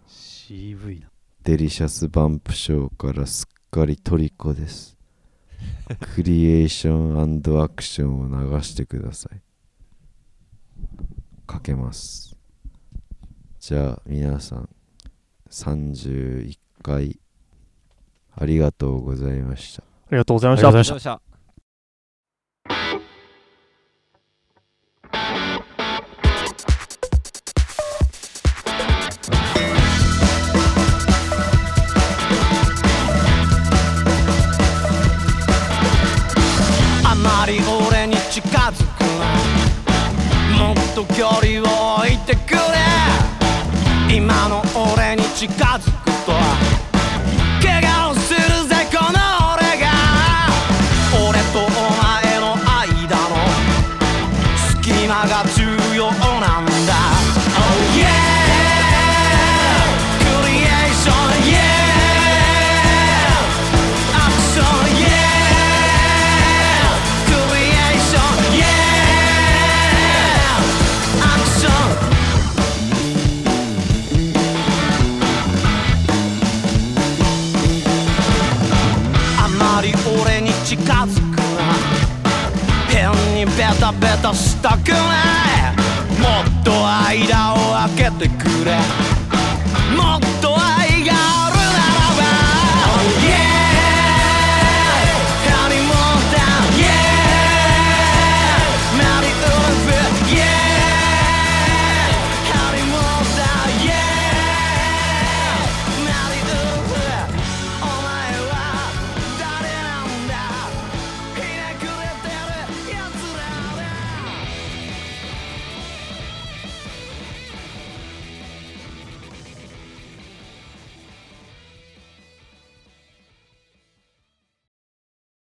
Speaker 3: CV な
Speaker 2: デリシャスバンプショーからすっかりトリ コです。クリエーションアクションを流してください。かけます。じゃあ皆さん、31回ありがとうございました。
Speaker 4: ありがとうございました
Speaker 1: どうした
Speaker 6: あまり俺に近づくなもっと距離を置いてくれ今の俺に近づくと
Speaker 8: 今が重要なんだ Oh yeah クリエーション Yeah アクション Yeah クリエーション Yeah アクションあまり俺に近づくな変にベタベタしたくないもっと間を空けてくれ